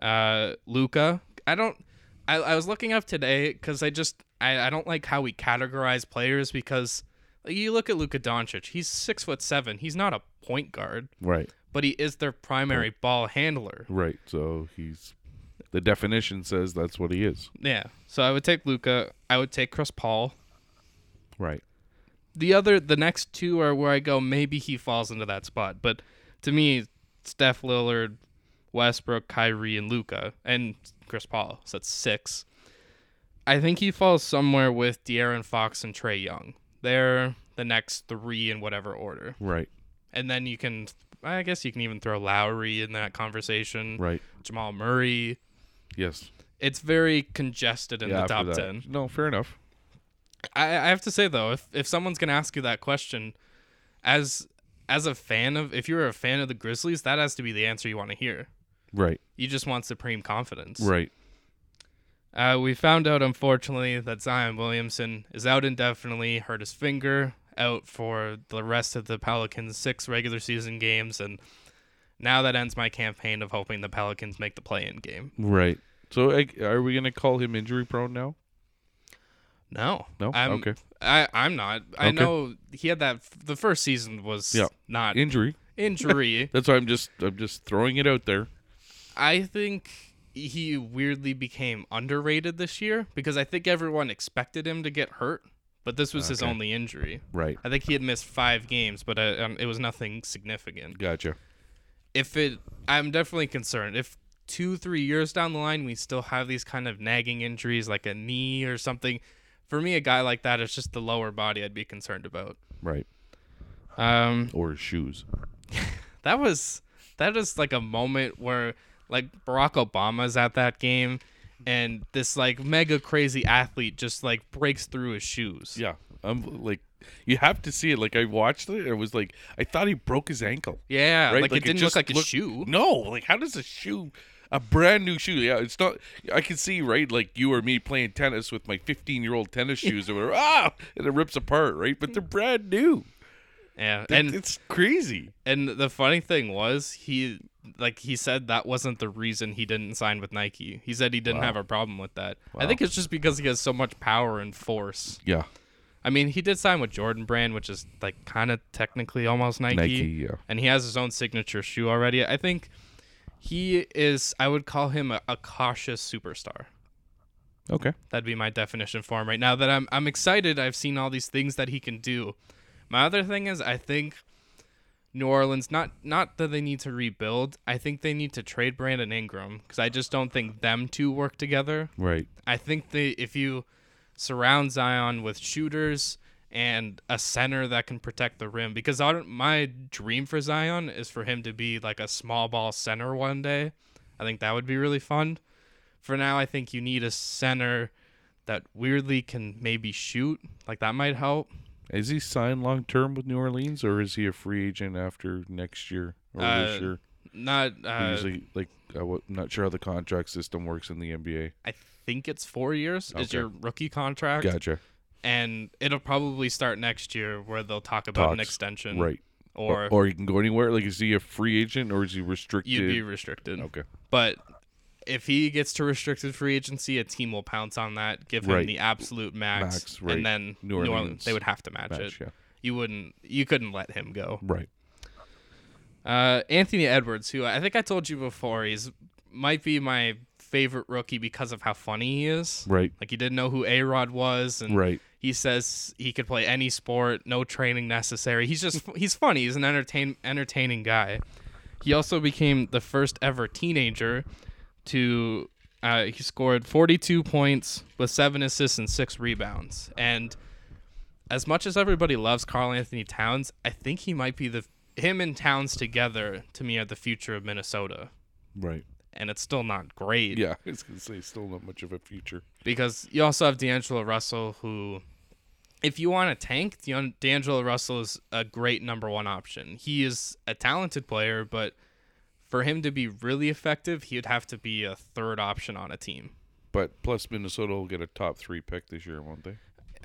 A: Uh, Luca, I don't. I, I was looking up today because I just I, I don't like how we categorize players because like, you look at Luka Doncic, he's six foot seven. He's not a point guard,
B: Right.
A: but he is their primary ball handler.
B: Right. So he's the definition says that's what he is.
A: Yeah. So I would take Luca. I would take Chris Paul.
B: Right.
A: The other, the next two are where I go. Maybe he falls into that spot, but to me, Steph Lillard, Westbrook, Kyrie, and Luca, and Chris Paul. So that's six. I think he falls somewhere with De'Aaron Fox and Trey Young. They're the next three in whatever order,
B: Right.
A: and then you can, I guess, you can even throw Lowry in that conversation.
B: Right.
A: Jamal Murray.
B: Yes.
A: It's very congested in the
B: after
A: top
B: that.
A: ten.
B: No, fair enough.
A: I, I have to say though, if if someone's gonna ask you that question, as as a fan of if you're a fan of the Grizzlies, that has to be the answer you want to hear.
B: Right.
A: You just want supreme confidence.
B: Right.
A: Uh, we found out unfortunately that Zion Williamson is out indefinitely, hurt his finger, out for the rest of the Pelicans' six regular season games, and now that ends my campaign of hoping the Pelicans make the play-in game.
B: Right. So like, are we going to call him injury prone now?
A: No,
B: No?
A: I'm,
B: Okay.
A: I I'm not. I
B: Okay.
A: know he had that. The first season was
B: Yeah.
A: not
B: Injury.
A: injury.
B: That's why I'm just I'm just throwing it out there.
A: I think he weirdly became underrated this year because I think everyone expected him to get hurt, but this was his
B: Okay.
A: only injury.
B: Right.
A: I think he had missed five games, but uh, um, it was nothing significant.
B: Gotcha.
A: If it, I'm definitely concerned. If two, three years down the line, we still have these kind of nagging injuries like a knee or something, for me, a guy like that, it's just the lower body I'd be concerned about.
B: Right.
A: Um,
B: Or shoes.
A: that was that is like a moment where like Barack Obama's at that game and this like mega crazy athlete just like breaks through his shoes.
B: Yeah. I'm like you have to see it like I watched it it was like I thought he broke his ankle.
A: Yeah,
B: Right?
A: like, it didn't look
B: just
A: like a
B: looked-
A: shoe.
B: No, like how does a shoe, a brand new shoe? Yeah, it's not. I can see right, like you or me playing tennis with my 15 year old tennis shoes or whatever. Ah, and it rips apart, right? But they're brand new,
A: Yeah.
B: and
A: And
B: it's crazy.
A: and the funny thing was he like he said that wasn't the reason he didn't sign with Nike. He said he didn't have a problem with that. I think it's just because he has so much power and force.
B: Yeah,
A: I mean, he did sign with Jordan Brand, which is like kind of technically almost Nike.
B: Nike, yeah.
A: And he has his own signature shoe already. I think he is. I would call him a, a cautious superstar.
B: okay,
A: That'd be my definition for him right now. That I'm I'm excited. I've seen all these things that he can do. My other thing is I think New Orleans not not that they need to rebuild. I think they need to trade Brandon Ingram because I just don't think them two work together.
B: right,
A: I think they if you surround Zion with shooters and a center that can protect the rim, because I don't, my dream for Zion is for him to be like a small ball center one day. I think that would be really fun. For now, I think you need a center that weirdly can maybe shoot. Like that might help.
B: Is he signed long term with New Orleans, or is he a free agent after next year or
A: Uh,
B: this year?
A: Not
B: He
A: uh,
B: usually, like I am not sure how the contract system works in the NBA.
A: I think it's four years is
B: Okay.
A: your rookie contract,
B: Gotcha.
A: and it'll probably start next year where they'll talk about an
B: Talks,
A: extension,
B: Right.
A: Or,
B: Or, or he can go anywhere. Like, is he a free agent or is he restricted?
A: you'd be restricted.
B: okay.
A: But if he gets to restricted free agency, a team will pounce on that, give him
B: Right.
A: the absolute max,
B: Max, right.
A: and then New
B: New
A: Orleans,
B: Orleans
A: they would have to match, it.
B: Match, yeah.
A: You wouldn't, you couldn't let him go.
B: Right.
A: Uh, Anthony Edwards, who I think I told you before, he's might be my favorite rookie because of how funny he is.
B: Right.
A: Like he didn't know who A Rod was, and
B: Right.
A: he says he could play any sport, no training necessary. He's just he's funny. He's an entertain entertaining guy. He also became the first ever teenager to uh, he scored 42 points with seven assists and six rebounds. And as much as everybody loves Carl Anthony Towns, I think he might be the him and Towns together to me are the future of Minnesota.
B: Right.
A: And it's still not great
B: Yeah. I was gonna say, still not much of a future.
A: because you also have D'Angelo Russell, who, if you want to tank, D'An- D'Angelo Russell is a great number one option. He is a talented player, but for him to be really effective, he'd have to be a third option on a team.
B: But plus, Minnesota will get a top three pick this year, won't they?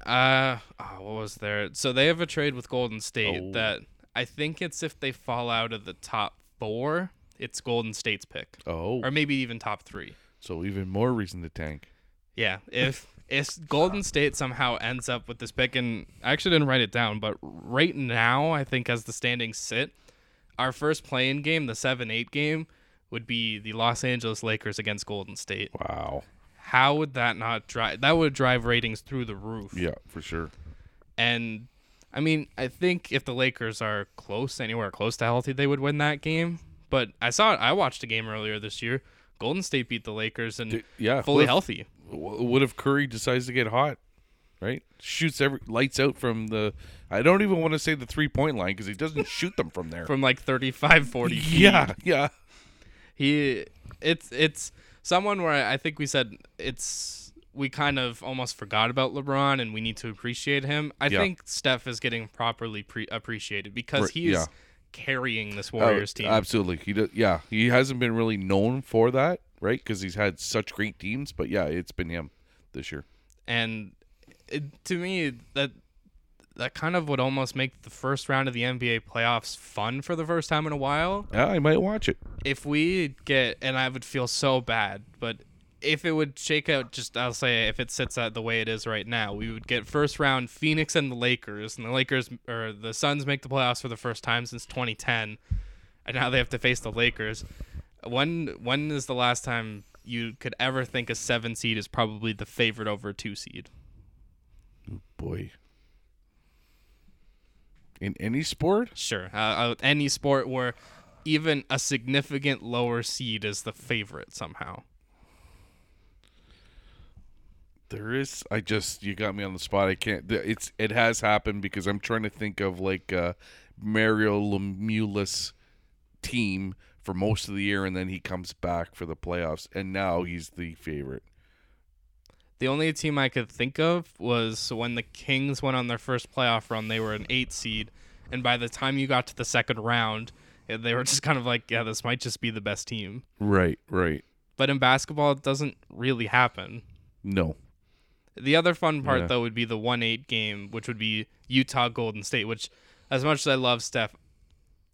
A: Uh, oh, what was there? So they have a trade with Golden State
B: Oh.
A: that I think it's if they fall out of the top four, it's Golden State's pick,
B: Oh,
A: or maybe even top three.
B: So even more reason to tank.
A: Yeah, if if Golden State somehow ends up with this pick, and I actually didn't write it down, but right now I think as the standings sit, our first playing game, the seven eight game, would be the Los Angeles Lakers against Golden State.
B: Wow.
A: How would that not drive? That would drive ratings through the roof.
B: Yeah, for sure.
A: And I mean, I think if the Lakers are close, anywhere close to healthy, they would win that game. But I saw, I watched a game earlier this year. Golden State beat the Lakers and
B: D- yeah,
A: fully
B: what if-
A: healthy.
B: W- What if Curry decides to get hot? Right, shoots every lights out from the. I don't even want to say the three point line because he doesn't shoot them from there.
A: from like 35 40 feet.
B: yeah, yeah.
A: he it's it's someone where I, I think we said it's we kind of almost forgot about LeBron and we need to appreciate him. I
B: Yeah.
A: think Steph is getting properly pre- appreciated because
B: Right,
A: he is
B: yeah.
A: carrying this
B: Oh,
A: Warriors team.
B: Absolutely. He do, yeah, he hasn't been really known for that, right? Because he's had such great teams, but yeah, it's been him this year.
A: and it, to me that that kind of would almost make the first round of the NBA playoffs fun for the first time in a while.
B: Yeah, I might watch it.
A: if we get and I would feel so bad, but if it would shake out just I'll say if it sits out the way it is right now, we would get first round Phoenix and the Lakers, and the Lakers or the Suns make the playoffs for the first time since 2010, and now they have to face the Lakers. When when is the last time you could ever think a seven seed is probably the favorite over a two seed?
B: Boy. In any sport?
A: Sure, uh, uh, any sport where even a significant lower seed is the favorite somehow.
B: There is. I just you got me on the spot. I can't. th- It's it has happened because I'm trying to think of like uh, Mario Lemieux's team for most of the year, and then he comes back for the playoffs, and now he's the favorite.
A: The only team I could think of was when the Kings went on their first playoff run, they were an eight seed. And by the time you got to the second round, eh, they were just kind of like, yeah, this might just be the best team.
B: Right. Right.
A: But in basketball, it doesn't really happen.
B: No.
A: The other fun part,
B: Yeah.
A: though, would be the 1 8 game, which would be Utah Golden State, which, as much as I love Steph,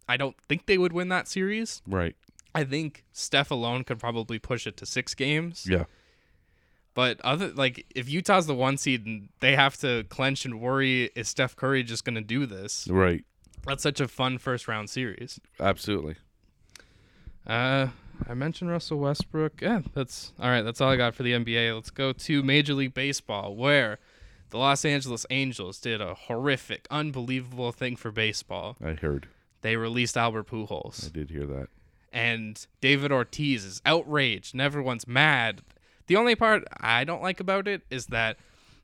A: I don't think they would win that series.
B: Right.
A: I think Steph alone could probably push it to six games.
B: Yeah.
A: But other like if Utah's the one seed and they have to clench and worry, is Steph Curry just gonna do this?
B: Right.
A: That's such a fun first round series.
B: Absolutely.
A: Uh I mentioned Russell Westbrook. Yeah, that's all right, that's all I got for the NBA. Let's go to Major League Baseball, where the Los Angeles Angels did a horrific, unbelievable thing for baseball.
B: I heard.
A: They released Albert
B: I
A: Pujols.
B: did hear that.
A: and David Ortiz is outraged and everyone's mad. The only part I don't like about it is that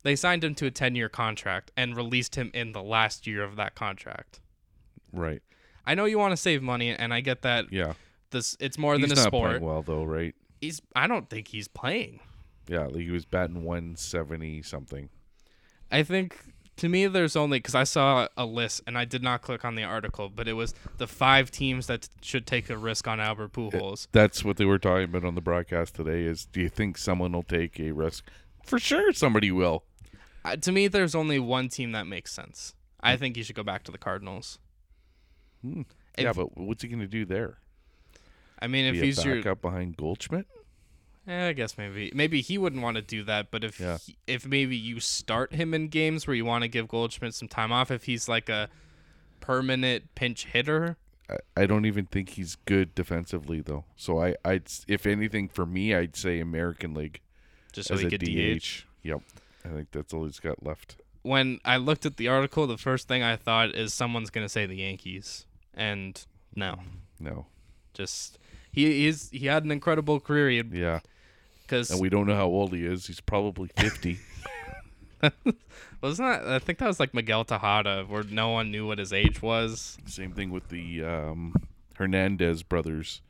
A: they signed him to a 10 year contract and released him in the last year of that contract.
B: Right.
A: I know you want to save money and I get that
B: Yeah.
A: this it's more
B: he's
A: than a
B: not
A: sport.
B: playing well though, right?
A: He's I don't think he's playing.
B: Yeah. Like he was batting 170 something.
A: I think to me there's only cuz I saw a list and I did not click on the article, but it was the five teams that should take a risk on Albert Pujols.
B: That's what they were talking about on the broadcast today. Is do you think someone will take a risk? For sure, somebody will.
A: Uh, to me, there's only one team that makes sense. I
B: Mm.
A: think you should go back to the Cardinals.
B: yeah,
A: If-
B: but what's he going to do there?
A: I mean, if
B: Be
A: he's
B: a
A: your,
B: backup behind Goldschmidt?
A: eh, I guess maybe maybe he wouldn't want to do that. But if
B: Yeah.
A: he- if maybe you start him in games where you want to give Goldschmidt some time off, if he's like a permanent pinch hitter,
B: I, I don't even think he's good defensively though. So I, I'd s- if anything for me, I'd say American League
A: just so
B: as
A: he
B: a
A: could
B: DH.
A: DH.
B: Yep, I think that's all he's got left.
A: When I looked at the article, the first thing I thought is someone's gonna say the Yankees, and no,
B: No,
A: just he is he had an incredible career
B: yeah,
A: because
B: and we don't know how old he is. He's probably fifty.
A: Wasn't that? I think that was like Miguel Tejada, where no one knew what his age was.
B: Same thing with the um, Hernandez brothers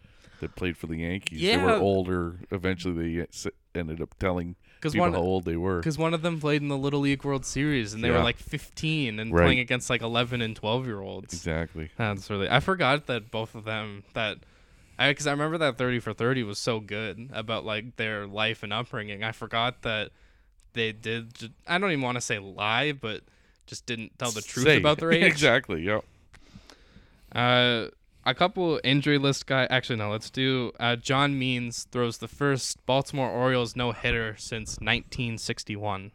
B: that played for the Yankees. They
A: Yeah.
B: were older. Eventually, they uh, s- ended up telling
A: 'Cause
B: people
A: one-
B: how old they were.
A: Because one of them played in the Little League World Series, and they were
B: Yeah.
A: like 15 and
B: Right.
A: playing against like 11 and 12 year olds.
B: Exactly.
A: That's really. I forgot that both of them that. I Because I remember that 30 for 30 was so good about like their life and upbringing. I forgot that they did. ju- I don't even want to say lie, but just didn't tell the truth
B: Say.
A: about their age.
B: exactly. Yep.
A: Uh, a couple injury list guy. Actually, no. Let's do. Uh, John Means throws the first Baltimore Orioles no hitter since 1961.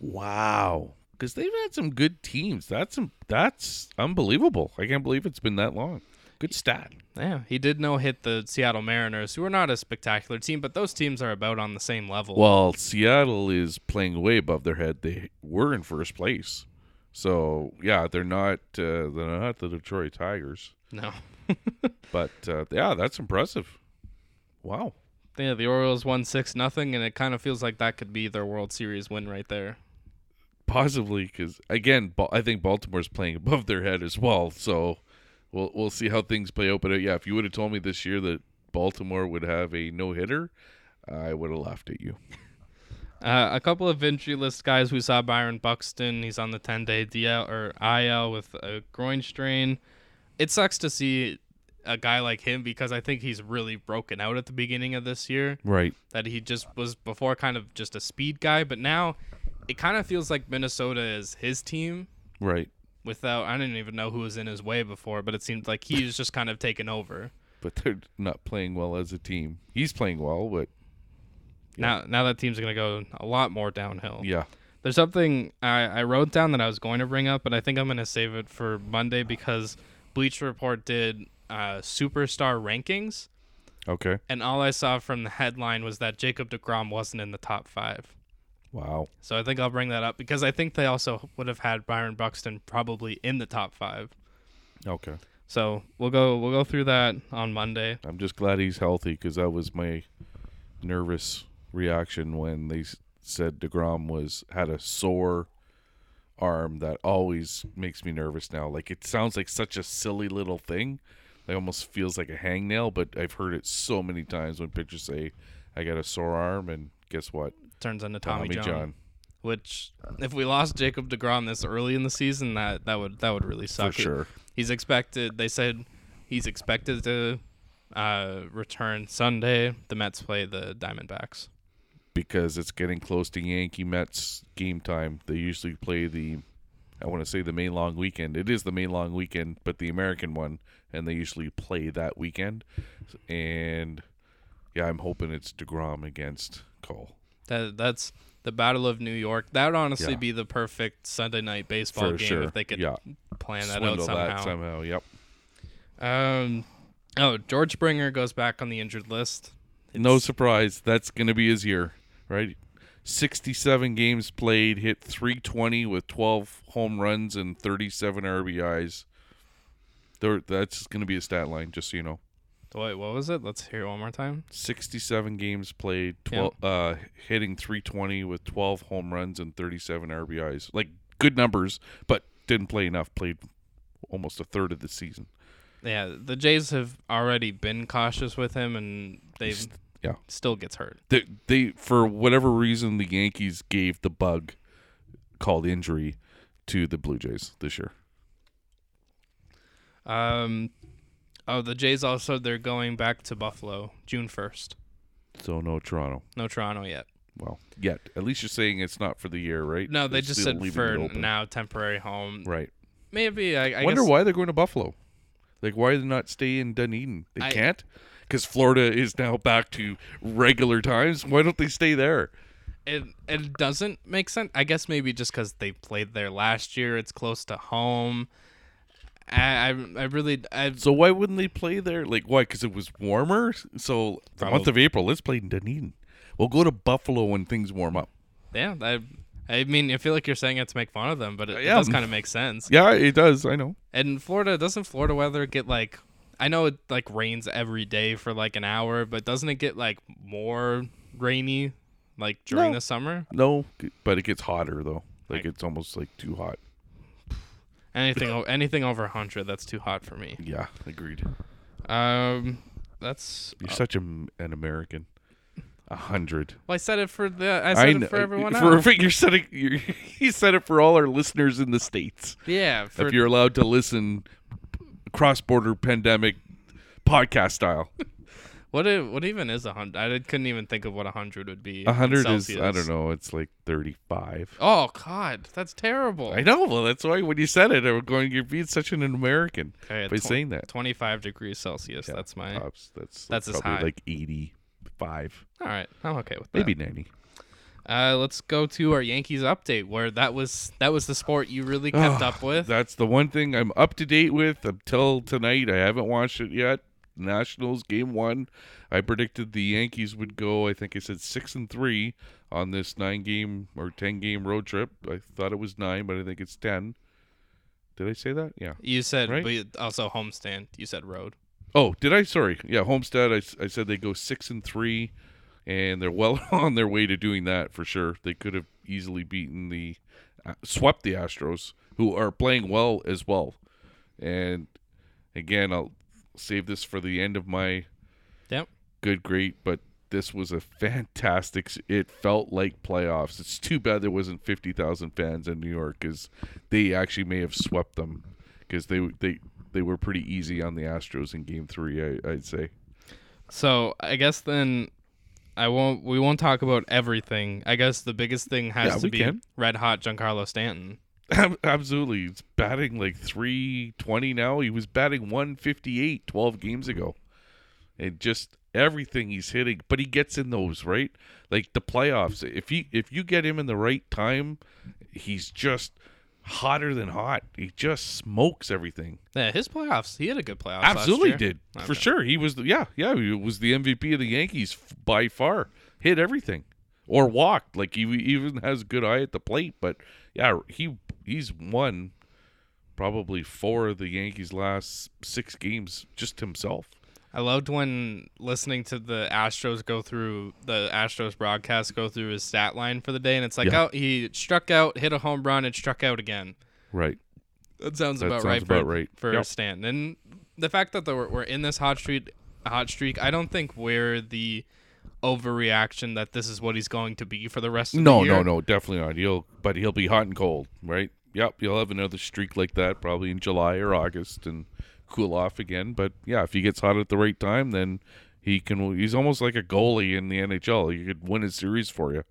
B: Wow. Because they've had some good teams. That's that's unbelievable. I can't believe it's been that long. Good stat.
A: Yeah, he did no hit the Seattle Mariners, who are not a spectacular team, but those teams are about on the same level.
B: Well, Seattle is playing way above their head. They were in first place, so yeah, they're not uh, they're not the Detroit Tigers.
A: no.
B: But uh, yeah, that's impressive. Wow.
A: Yeah, the Orioles won six nothing, and it kind of feels like that could be their World Series win right there.
B: Possibly because again, Ba- I think Baltimore's playing above their head as well. So we'll we'll see how things play out. But uh, yeah, if you would have told me this year that Baltimore would have a no hitter, I would have laughed at you.
A: Uh, a couple of injury list guys. We saw Byron Buxton. He's on the 10 day DL or IL with a groin strain. It sucks to see a guy like him because I think he's really broken out at the beginning of this year.
B: Right.
A: That he just was before kind of just a speed guy, but now it kind of feels like Minnesota is his team
B: Right.
A: without, I didn't even know who was in his way before, but it seemed like he's just kind of taken over.
B: But they're not playing well as a team. He's playing well, but
A: Now, now that team's going to go a lot more downhill.
B: yeah.
A: There's something I, I wrote down that I was going to bring up, but I think I'm going to save it for Monday because Bleach Report did uh, superstar rankings,
B: Okay.
A: and all I saw from the headline was that Jacob DeGrom wasn't in the top five.
B: Wow.
A: So I think I'll bring that up because I think they also would have had Byron Buxton probably in the top five.
B: Okay.
A: So we'll go we'll go through that on Monday.
B: I'm just glad he's healthy because that was my nervous reaction when they s- said Degrom was had a sore arm. That always makes me nervous now. Like it sounds like such a silly little thing. It almost feels like a hangnail, but I've heard it so many times when pitchers say, "I got a sore arm," and guess what?
A: Turns into Tommy, John, which if we lost Jacob Degrom this early in the season, that that would that would really
B: for
A: suck. It-
B: sure.
A: He's expected. They said he's expected to uh, return Sunday. The Mets play the Diamondbacks.
B: because it's getting close to Yankee Mets game time. They usually play the, I want to say the May long weekend. It is the May long weekend, but the American one, and they usually play that weekend. And yeah, I'm hoping it's Degrom against Cole
A: That that's the Battle of New York. That would honestly
B: Yeah.
A: be the perfect Sunday night baseball
B: for
A: game
B: sure.
A: if they could
B: yeah,
A: plan that
B: swindle
A: out somehow.
B: that somehow. Yep.
A: Um, oh, George Springer goes back on the injured list.
B: no surprise. That's going to be his year, right? 67 games played, hit 320 with 12 home runs and 37 RBIs. There, that's going to be a stat line, just so you know.
A: Wait, what was it? Let's hear it one more time.
B: 67 games played, 12 uh, hitting 320 with 12 home runs and 37 RBIs. Like good numbers, but didn't play enough. Played almost a third of the season.
A: Yeah, the Jays have already been cautious with him, and they
B: He's- yeah.
A: still gets hurt.
B: they, they for whatever reason the Yankees gave the bug called injury to the Blue Jays this year.
A: Um, oh, the Jays also they're going back to Buffalo June first.
B: So no Toronto.
A: No Toronto yet.
B: Well, yet at least you're saying it's not for the year, right?
A: No, they
B: They're
A: just
B: still
A: said
B: leaving
A: for
B: it open.
A: now temporary home.
B: Right.
A: Maybe I, I
B: Wonder
A: guess,
B: why they're going to Buffalo. Like why they not stay in Dunedin? They
A: I-
B: can't because Florida is now back to regular times. Why don't they stay there?
A: it it doesn't make sense. I guess maybe just because they played there last year, it's close to home. I I, I really I
B: So why wouldn't they play there? Like why? Because it was warmer. So the month of April, let's play in Dunedin. We'll go to Buffalo when things warm up.
A: yeah I. I mean, I feel like you're saying it to make fun of them, but it, it
B: Yeah.
A: does kind of make sense.
B: Yeah, it does. I know.
A: And Florida doesn't Florida weather get like I know it like rains every day for like an hour, but doesn't it get like more rainy like during
B: No.
A: the summer?
B: No, but it gets hotter though. Like it's almost like too hot.
A: Anything o- anything over 100 that's too hot for me.
B: Yeah, agreed. Uh,
A: Um that's
B: You're such a, an American. A hundred.
A: well, I said it for the I said
B: kn-
A: it for everyone
B: for-
A: else.
B: you're setting. You're, you said it for all our listeners in the states.
A: yeah, for
B: if you're allowed to listen, cross border pandemic podcast style.
A: What i- what even is a hundred? I did- couldn't even think of what a hundred would be.
B: A
A: in
B: hundred is I
A: Celsius.
B: don't know. It's like thirty-five.
A: Oh God, that's terrible.
B: I know. Well, that's why when you said it, I was going. You're being such an American
A: Okay,
B: by
A: twen-
B: saying that.
A: 25 degrees Celsius.
B: Yeah, Uh,
A: that's my.
B: Tops. That's
A: That's as
B: probably
A: high.
B: like eighty-five,
A: all right, I'm okay with that.
B: maybe ninety.
A: Uh, let's go to our Yankees update, where that was that was the sport you really kept
B: Ah,
A: up with.
B: That's the one thing I'm up to date with until tonight. I haven't watched it yet. Nationals game one. I predicted the Yankees would go. I think I said six and three on this nine game or ten game road trip. I thought it was nine, but I think it's ten. Did I say that? Yeah.
A: you said,
B: right?
A: but also homestand. You said road.
B: Oh, did I? Sorry. Yeah, Homestead. I, s- I said they go six and three, and they're well on their way to doing that for sure. They could have easily beaten the, uh, swept the Astros, who are playing well as well. And again, I'll save this for the end of my
A: Yep.
B: good, great, but this was a fantastic. s- It felt like playoffs. It's too bad there wasn't fifty thousand fans in New York because they actually may have swept them because they they they were pretty easy on the Astros in Game Three. I, I'd say.
A: So I guess then I won't. We won't talk about everything. I guess the biggest thing has
B: Yeah,
A: to
B: we
A: be
B: can.
A: red hot Giancarlo Stanton.
B: Ab- Absolutely. He's batting like 320 now. He was batting 158 12 games ago. And just everything he's hitting, but he gets in those, right? Like the playoffs. If he if you get him in the right time, he's just hotter than hot. He just smokes everything.
A: Yeah, his playoffs. He had a good playoffs. last
B: Absolutely
A: year.
B: did. For
A: Okay.
B: sure. He was the, yeah, yeah, he was the MVP of the Yankees f- by far. Hit everything or walked. Like he even has a good eye at the plate, but yeah, he he's won probably four of the Yankees last 6 games just himself.
A: I loved when listening to the Astros go through the Astros broadcast go through his stat line for the day, and it's like,
B: Yeah.
A: oh, he struck out, hit a home run, and struck out again.
B: Right.
A: That sounds
B: That
A: about
B: sounds
A: right
B: about
A: for,
B: right.
A: for
B: Yep.
A: Stanton. And the fact that we're, we're in this hot streak, hot streak, I don't think we're the overreaction that this is what he's going to be for the rest of
B: No,
A: the year.
B: no, no, definitely not. He'll but he'll be hot and cold, right? Yep, he'll have another streak like that probably in July or August and cool off again. But yeah, if he gets hot at the right time, then he can. He's almost like a goalie in the NHL. He could win a series for you.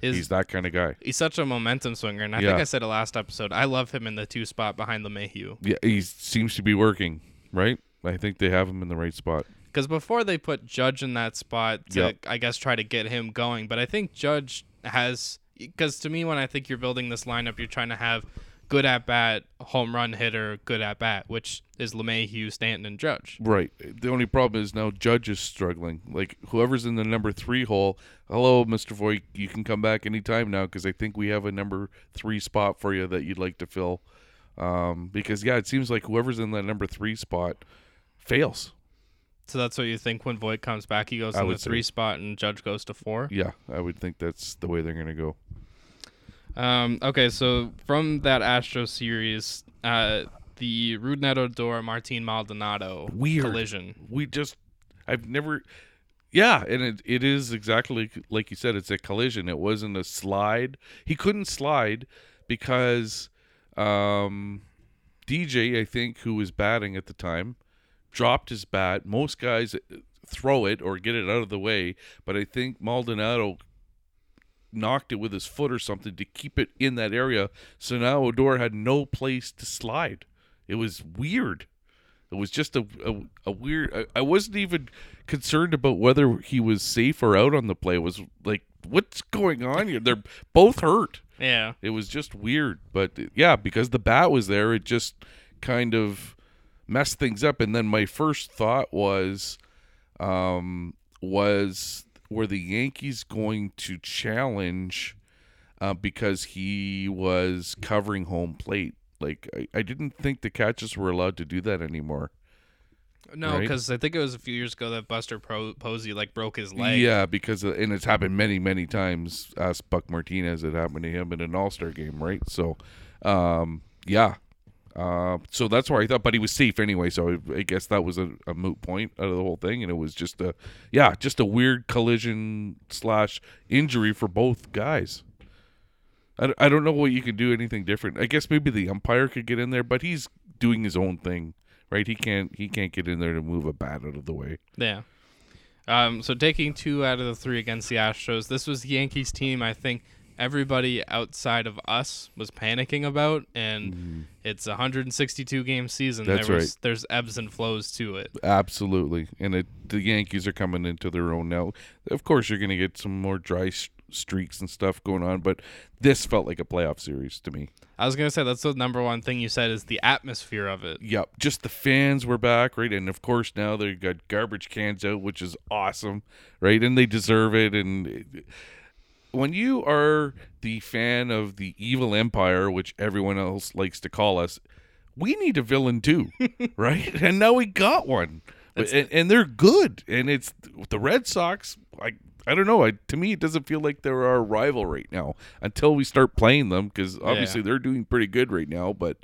A: His-
B: he's that kind of guy.
A: He's such a momentum swinger, and I
B: Yeah.
A: think I said it last episode. I love him in the two spot behind LeMahieu.
B: Yeah, he seems to be working right. I think they have him in the right spot.
A: Because before they put Judge in that spot to,
B: Yep.
A: I guess, try to get him going. But I think Judge has, because to me, when I think you're building this lineup, you're trying to have good at bat, home run hitter, good at bat, which is LeMahieu, Stanton, and Judge.
B: Right. The only problem is now Judge is struggling. Like whoever's in the number three hole, hello, Mister Voigt, you can come back anytime now because I think we have a number three spot for you that you'd like to fill. Um, because yeah, it seems like whoever's in that number three spot fails.
A: So that's what you think when Voigt comes back, he goes
B: I
A: to the
B: would say.
A: three spot and Judge goes to four.
B: Yeah, I would think that's the way they're gonna go.
A: Um, okay, so from that Astro series, uh, the Rudnett Odor Martin Maldonado
B: Weird.
A: collision.
B: we just i've never yeah and it, it is exactly like you said it's a collision it wasn't a slide he couldn't slide because um dj i think who was batting at the time dropped his bat most guys throw it or get it out of the way but i think maldonado knocked it with his foot or something to keep it in that area so now odor had no place to slide it was weird it was just a, a, a weird. I, I wasn't even concerned about whether he was safe or out on the play. It was like, what's going on here? They're both hurt.
A: Yeah.
B: It was just weird. But yeah, because the bat was there, it just kind of messed things up. And then my first thought was, um, was were the Yankees going to challenge uh, because he was covering home plate? Like I, I didn't think the catchers were allowed to do that anymore.
A: No,
B: right?
A: because I think it was a few years ago that Buster Pro- Posey like broke his leg.
B: Yeah, because uh, and it's happened many, many times. Ask Buck Martinez, it happened to him in an All Star game, right? So, um, yeah, uh, so that's where I thought, but he was safe anyway. So I, I guess that was a, a moot point out of the whole thing, and it was just a, yeah, just a weird collision slash injury for both guys. I, don't- I don't know what you can do anything different. I guess maybe the umpire could get in there, but he's doing his own thing, right? He can't he can't get in there to move a bat out of the way.
A: Yeah. Um, so taking two out of the three against the Astros, this was the Yankees team I think everybody outside of us was panicking about, and it's a 162 game season.
B: Mm. That's
A: there was,
B: right.
A: There's ebbs and flows to it.
B: Absolutely, and it, the Yankees are coming into their own now. Of course, you're going to get some more dry s- streaks and stuff going on, but this felt like a playoff series to me.
A: I was gonna say that's the number one thing you said is the atmosphere of it.
B: Yep, just the fans were back, right? And of course, now they've got garbage cans out, which is awesome, right? And they deserve it. And it- when you are the fan of the evil empire, which everyone else likes to call us, we need a villain too, right? And now we got one, But- and, and they're good. And it's the Red Sox. Like I don't know. I, to me, it doesn't feel like they're our rival right now until we start playing them because obviously they're doing pretty good right now. But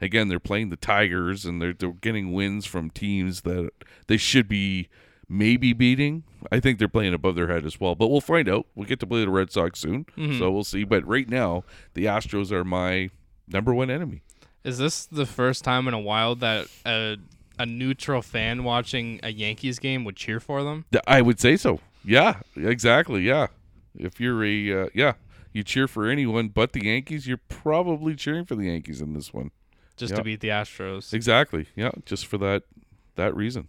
B: again, they're playing the Tigers and they're they're getting wins from teams that they should be maybe beating. I think they're playing above their head as well. But we'll find out. We'll get to play the Red Sox soon, so we'll see. But right now, the Astros are my number one enemy.
A: Is this the first time in a while that a a neutral fan watching a Yankees game would cheer for them?
B: Th- I would say so. Yeah, exactly. Yeah, if you're a uh, yeah, you cheer for anyone but the Yankees. You're probably cheering for the Yankees in this one.
A: just
B: Yeah.
A: to beat the Astros.
B: Exactly. Yeah, just for that that reason.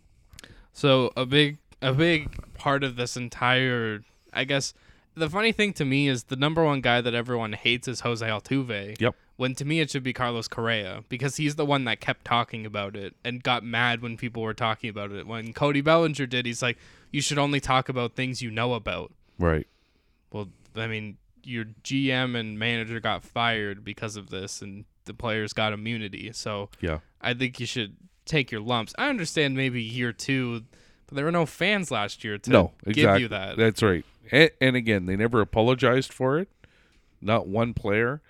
A: So a big a big part of this entire I guess the funny thing to me is the number one guy that everyone hates is Jose Altuve.
B: Yep.
A: When to me it should be Carlos Correa because he's the one that kept talking about it and got mad when people were talking about it. When Cody Bellinger did, he's like, "You should only talk about things you know about."
B: Right.
A: Well, I mean, your GM and manager got fired because of this, and the players got immunity. So
B: Yeah.
A: I think you should take your lumps. I understand maybe year two, but there were no fans last year to
B: no,
A: give
B: exactly.
A: you that.
B: That's right. And, and again, they never apologized for it. Not one player.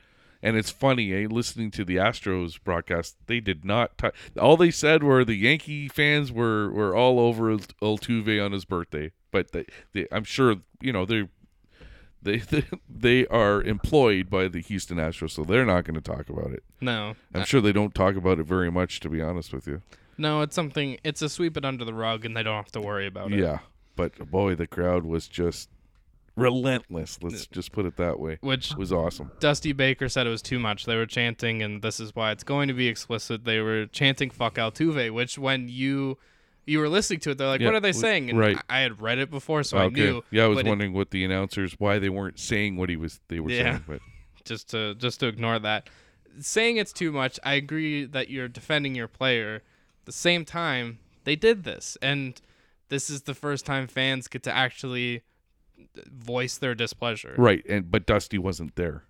B: And it's funny, eh? Listening to the Astros broadcast, they did not. T- all they said were the Yankee fans were were all over Alt- Altuve on his birthday. But they, they I'm sure you know they they they are employed by the Houston Astros, so they're not going to talk about it.
A: No,
B: I'm sure they don't talk about it very much, to be honest with you.
A: no, it's something. It's a sweep it under the rug, and they don't have to worry about it.
B: Yeah, but boy, the crowd was just relentless. Let's just put it that way.
A: Which
B: It was awesome.
A: Dusty Baker said it was too much. They were chanting, and this is why it's going to be explicit. They were chanting "fuck Altuve," which when you you were listening to it, they're like,
B: Yeah,
A: "What are they
B: w-
A: saying?" And
B: right.
A: I, I had read it before, so I
B: okay.
A: knew.
B: yeah, I was
A: but it-
B: wondering what the announcers why they weren't saying what he was they were
A: Yeah.
B: saying, but
A: just to just to ignore that. Saying it's too much, I agree that you're defending your player. At the same time, they did this, and this is the first time fans get to actually voice their displeasure.
B: right. And but Dusty wasn't there,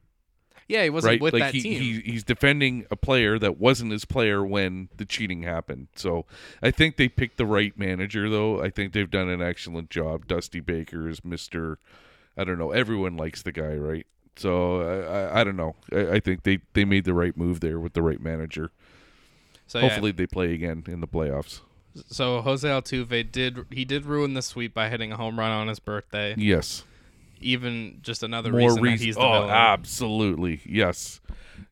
A: Yeah, he wasn't
B: right?
A: with
B: like
A: that
B: he,
A: team.
B: he he's defending a player that wasn't his player when the cheating happened. So I think they picked the right manager, though. I think they've done an excellent job. Dusty Baker is Mister. I don't know. Everyone likes the guy, right? So I, I, I don't know. I, I think they, they made the right move there with the right manager.
A: so yeah.
B: Hopefully they play again in the playoffs.
A: so Jose Altuve did he did ruin the sweep by hitting a home run on his birthday.
B: Yes.
A: Even just another
B: More
A: reason that
B: reason.
A: he's the
B: Oh,
A: villain.
B: absolutely. Yes.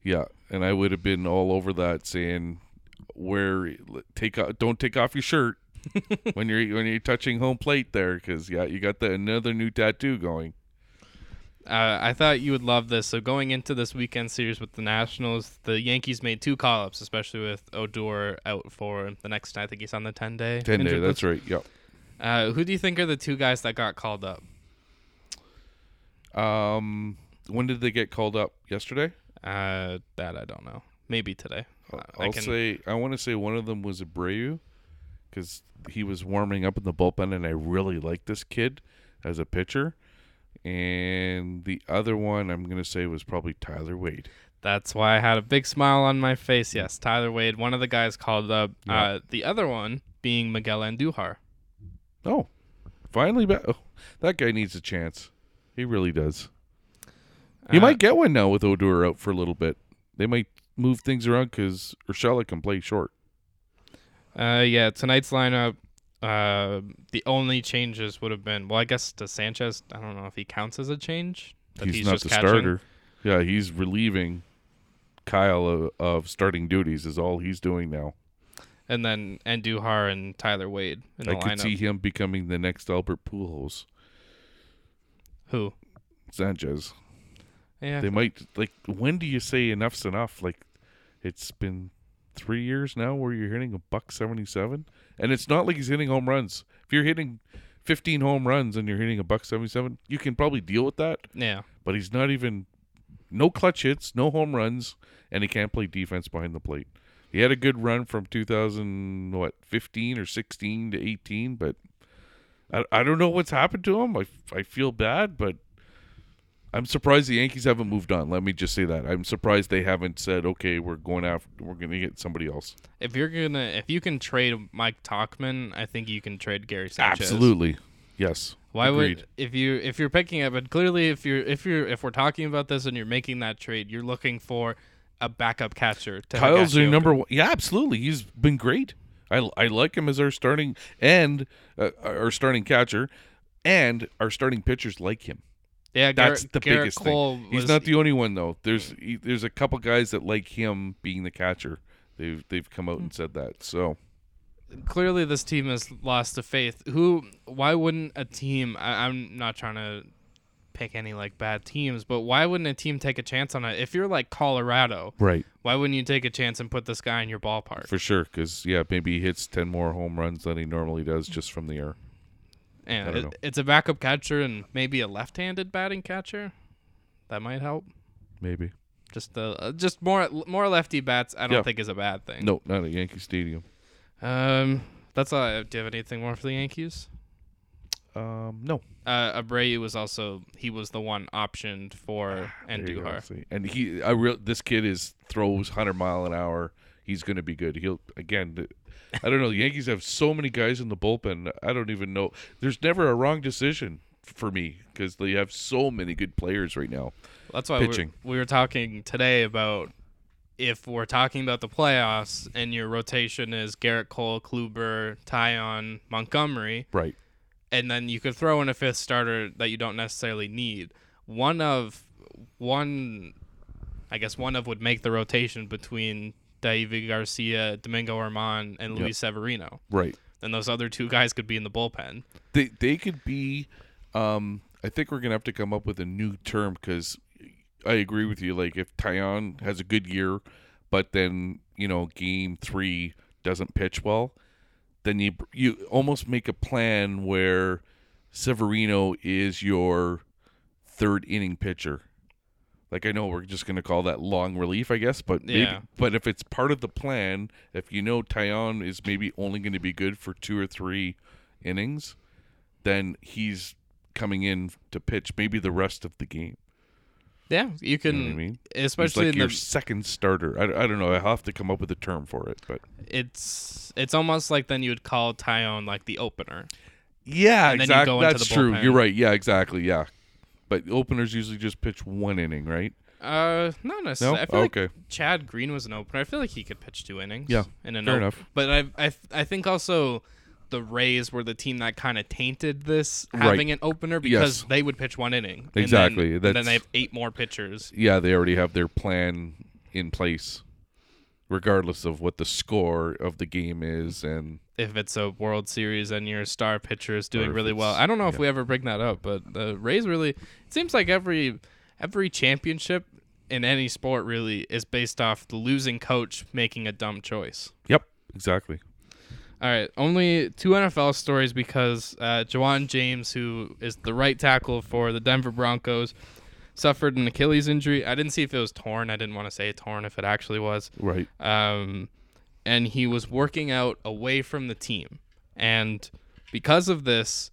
B: Yeah. And I would have been all over that saying where take o- don't take off your shirt when you're when you're touching home plate there cuz yeah, you got the another new tattoo going.
A: Uh, I thought you would love this. So going into this weekend series with the Nationals, the Yankees made two call-ups, especially with Odor out for the next. I think he's on the ten-day.
B: 10 day, that's right. Yeah.
A: Uh, who do you think are the two guys that got called up?
B: Um when did they get called up? Yesterday?
A: Uh, that I don't know. Maybe today. Uh, I
B: I'll
A: can-
B: say I want to say one of them was Abreu because he was warming up in the bullpen, and I really like this kid as a pitcher. And the other one I'm gonna say was probably Tyler Wade.
A: That's why I had a big smile on my face. Yes, Tyler Wade, one of the guys called up. Uh, the other one being Miguel Andujar.
B: Oh, finally, ba- oh, that guy needs a chance. He really does. He
A: Uh,
B: might get one now with Odor out for a little bit. They might move things around because Urshela can play short.
A: Uh, yeah, tonight's lineup. Uh, the only changes would have been well, I guess to Sanchez. I don't know if he counts as a change. that
B: he's, not the
A: catching.
B: starter. Yeah, he's relieving Kyle of, of starting duties is all he's doing now.
A: and then Andujar and Tyler Wade in the
B: I
A: lineup.
B: could see him becoming the next Albert Pujols,
A: Who?
B: Sanchez.
A: Yeah.
B: They might like. When do you say enough's enough? Like, it's been three years now where you're hitting a buck seventy-seven, and it's not like he's hitting home runs. If you're hitting fifteen home runs and you're hitting a buck seventy-seven, you can probably deal with that.
A: yeah.
B: But he's not even no clutch hits, no home runs, and he can't play defense behind the plate. He had a good run from 2000 what 15 or 16 to 18, but I, I don't know what's happened to him. I, I feel bad, but I'm surprised the Yankees haven't moved on. Let me just say that I'm surprised they haven't said, okay, we're going after we're going to get somebody else.
A: If you're gonna, if you can trade Mike Talkman, I think you can trade Gary Sanchez.
B: Absolutely, yes.
A: Why
B: Agreed.
A: would if you if you're picking up? But clearly, if you're if you're if we're talking about this and you're making that trade, you're looking for a backup catcher. To have
B: Kyle's
A: Gashi
B: your
A: open.
B: number one. Yeah, absolutely. He's been great. I, I like him as our starting and uh, our starting catcher, and our starting pitchers like him.
A: Yeah, Gar-
B: That's the
A: Garrett
B: biggest
A: Cole
B: thing.
A: Was,
B: He's not the only one though. There's he, there's a couple guys that like him being the catcher. They've they've come out and
A: Mm-hmm.
B: said that. So
A: clearly this team has lost the faith. Who? Why wouldn't a team? I, I'm not trying to pick any like bad teams, but why wouldn't a team take a chance on it? If you're like Colorado,
B: right
A: why wouldn't you take a chance and put this guy in your ballpark?
B: for sure, because yeah, maybe he hits ten more home runs than he normally does just from the air.
A: And
B: I don't know.
A: it, it's a backup catcher and maybe a left-handed batting catcher. That might help.
B: Maybe
A: Just the uh, just more more lefty bats. I don't
B: Yeah.
A: think is a bad thing.
B: no, not at Yankee Stadium.
A: Um, that's all. I have. Do you have anything more for the Yankees?
B: Um, no.
A: Uh, Abreu was also he was the one optioned for
B: Ah, There you go,
A: Andujar.
B: see. And he, I real this kid is throws hundred mile an hour. He's going to be good. He'll again. th- I don't know. The Yankees have so many guys in the bullpen. I don't even know. There's never a wrong decision f- for me because they have so many good players right now.
A: That's why we were,
B: Pitching.
A: we were talking today about if we're talking about the playoffs and your rotation is Garrett Cole, Kluber, Tyon, Montgomery,
B: Right.
A: and then you could throw in a fifth starter that you don't necessarily need. One of one, I guess one of would make the rotation between David Garcia, Domingo Armand, and Luis Severino,
B: Right.
A: and those other two guys could be in the bullpen.
B: They they could be. Um, I think we're going to have to come up with a new term because I agree with you. Like if Tyon has a good year, but then you know game three doesn't pitch well, then you you almost make a plan where Severino is your third inning pitcher. Like I know we're just going to call that long relief, I guess, but maybe,
A: Yeah.
B: but if it's part of the plan, if you know Tyon is maybe only going to be good for two or three innings, then he's coming in to pitch maybe the rest of the game.
A: Yeah, you can,
B: You know what I mean? It's
A: especially
B: like
A: in
B: your
A: the
B: second starter. I, I don't know. I have to come up with a term for it, but
A: it's it's almost like then you would call Tyone like the opener.
B: yeah,
A: And then you
B: exact-
A: go into
B: That's
A: the
B: true.
A: bullpen.
B: You're right. Yeah, exactly. Yeah, but openers usually just pitch one inning, right?
A: Uh, not
B: No.
A: necessarily. I feel
B: okay.
A: like Chad Green was an opener. I feel like he could pitch two innings.
B: Yeah,
A: in an
B: fair
A: op-
B: enough.
A: But I, I, I think also the Rays were the team that kind of tainted this
B: Right.
A: having an opener because
B: Yes.
A: they would pitch one inning.
B: Exactly,
A: And then, and then
B: that's-
A: they have eight more pitchers.
B: yeah, they already have their plan in place, regardless of what the score of the game is, and
A: If it's a World Series and your star pitcher is doing
B: if
A: really well,
B: it's-
A: I don't know if we ever bring that up, but the Rays really. It seems like every every championship in any sport really is based off the losing coach making a dumb choice.
B: yep, exactly.
A: All right, only two NFL stories because uh, Jawan James, who is the right tackle for the Denver Broncos, suffered an Achilles injury. I didn't see if it was torn. I didn't want to say torn if it actually was.
B: Right.
A: Um, and he was working out away from the team, and because of this,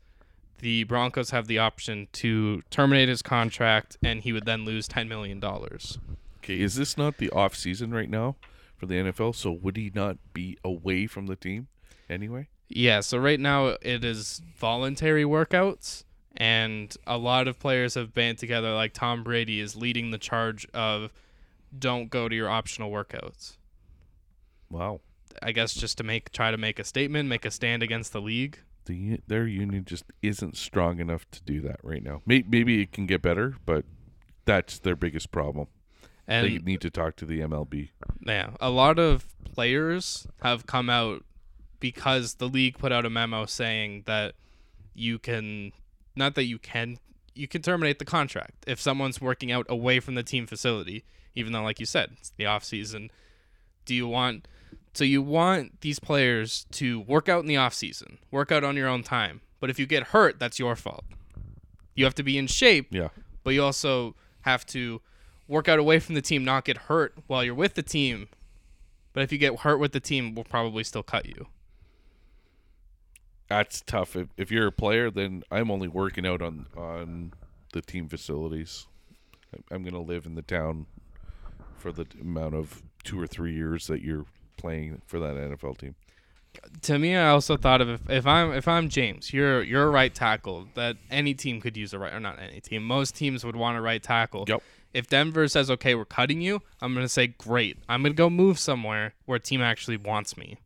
A: the Broncos have the option to terminate his contract, and he would then lose ten million dollars.
B: Okay, is this not the off season right now for the NFL? So would he not be away from the team anyway?
A: Yeah, so right now it is voluntary workouts, and a lot of players have band together. Like Tom Brady is leading the charge of don't go to your optional workouts.
B: Wow.
A: I guess just to make try to make a statement, make a stand against the league.
B: The u- their union just isn't strong enough to do that right now. May- Maybe it can get better, but that's their biggest problem.
A: And
B: they need to talk to the MLB.
A: yeah, a lot of players have come out because the league put out a memo saying that you can not that you can you can terminate the contract if someone's working out away from the team facility even though like you said it's the off season do you want so you want these players to work out in the off season work out on your own time but if you get hurt that's your fault you have to be in shape
B: Yeah.
A: but you also have to work out away from the team, not get hurt while you're with the team. But if you get hurt with the team, we'll probably still cut you.
B: That's tough. If, if you're a player, then I'm only working out on on the team facilities. I- I'm going to live in the town for the amount of two or three years that you're playing for that NFL team.
A: To me, I also thought of if, if I'm if I'm James, you're you're a right tackle that any team could use a right or not any team. Most teams would want a right tackle.
B: Yep.
A: If Denver says okay, we're cutting you, I'm gonna say great. I'm gonna go move somewhere where a team actually wants me.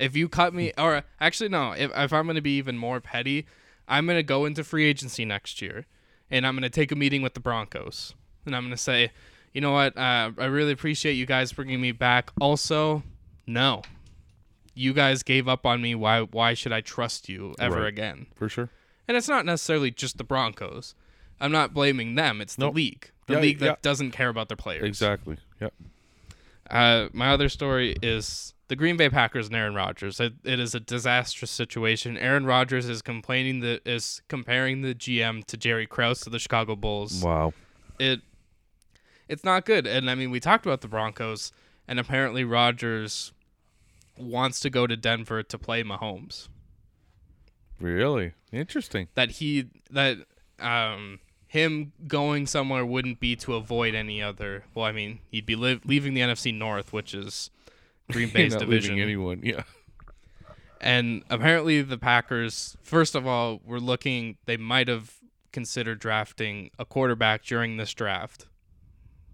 A: If you cut me, or actually no, if, if I'm gonna be even more petty, I'm gonna go into free agency next year, and I'm gonna take a meeting with the Broncos, and I'm gonna say, you know what, uh, I really appreciate you guys bringing me back. Also, no, you guys gave up on me. Why? Why should I trust you ever
B: Right.
A: again?
B: For sure.
A: And it's not necessarily just the Broncos. I'm not blaming them. It's the
B: Nope.
A: league, the
B: Yeah,
A: league that
B: yeah.
A: doesn't care about their players.
B: Exactly. Yeah.
A: Uh, my other story is the Green Bay Packers and Aaron Rodgers. It, it is a disastrous situation. Aaron Rodgers is complaining that is comparing the GM to Jerry Krause of the Chicago Bulls.
B: Wow.
A: It it's not good. And I mean, we talked about the Broncos, and apparently Rodgers wants to go to Denver to play Mahomes.
B: Really interesting.
A: That he that um him going somewhere wouldn't be to avoid any other. Well, I mean, he'd be li- leaving the NFC North, which is Green
B: You're
A: Bay's
B: not
A: division.
B: leaving anyone. Yeah.
A: And apparently, the Packers, first of all, were looking, they might have considered drafting a quarterback during this draft,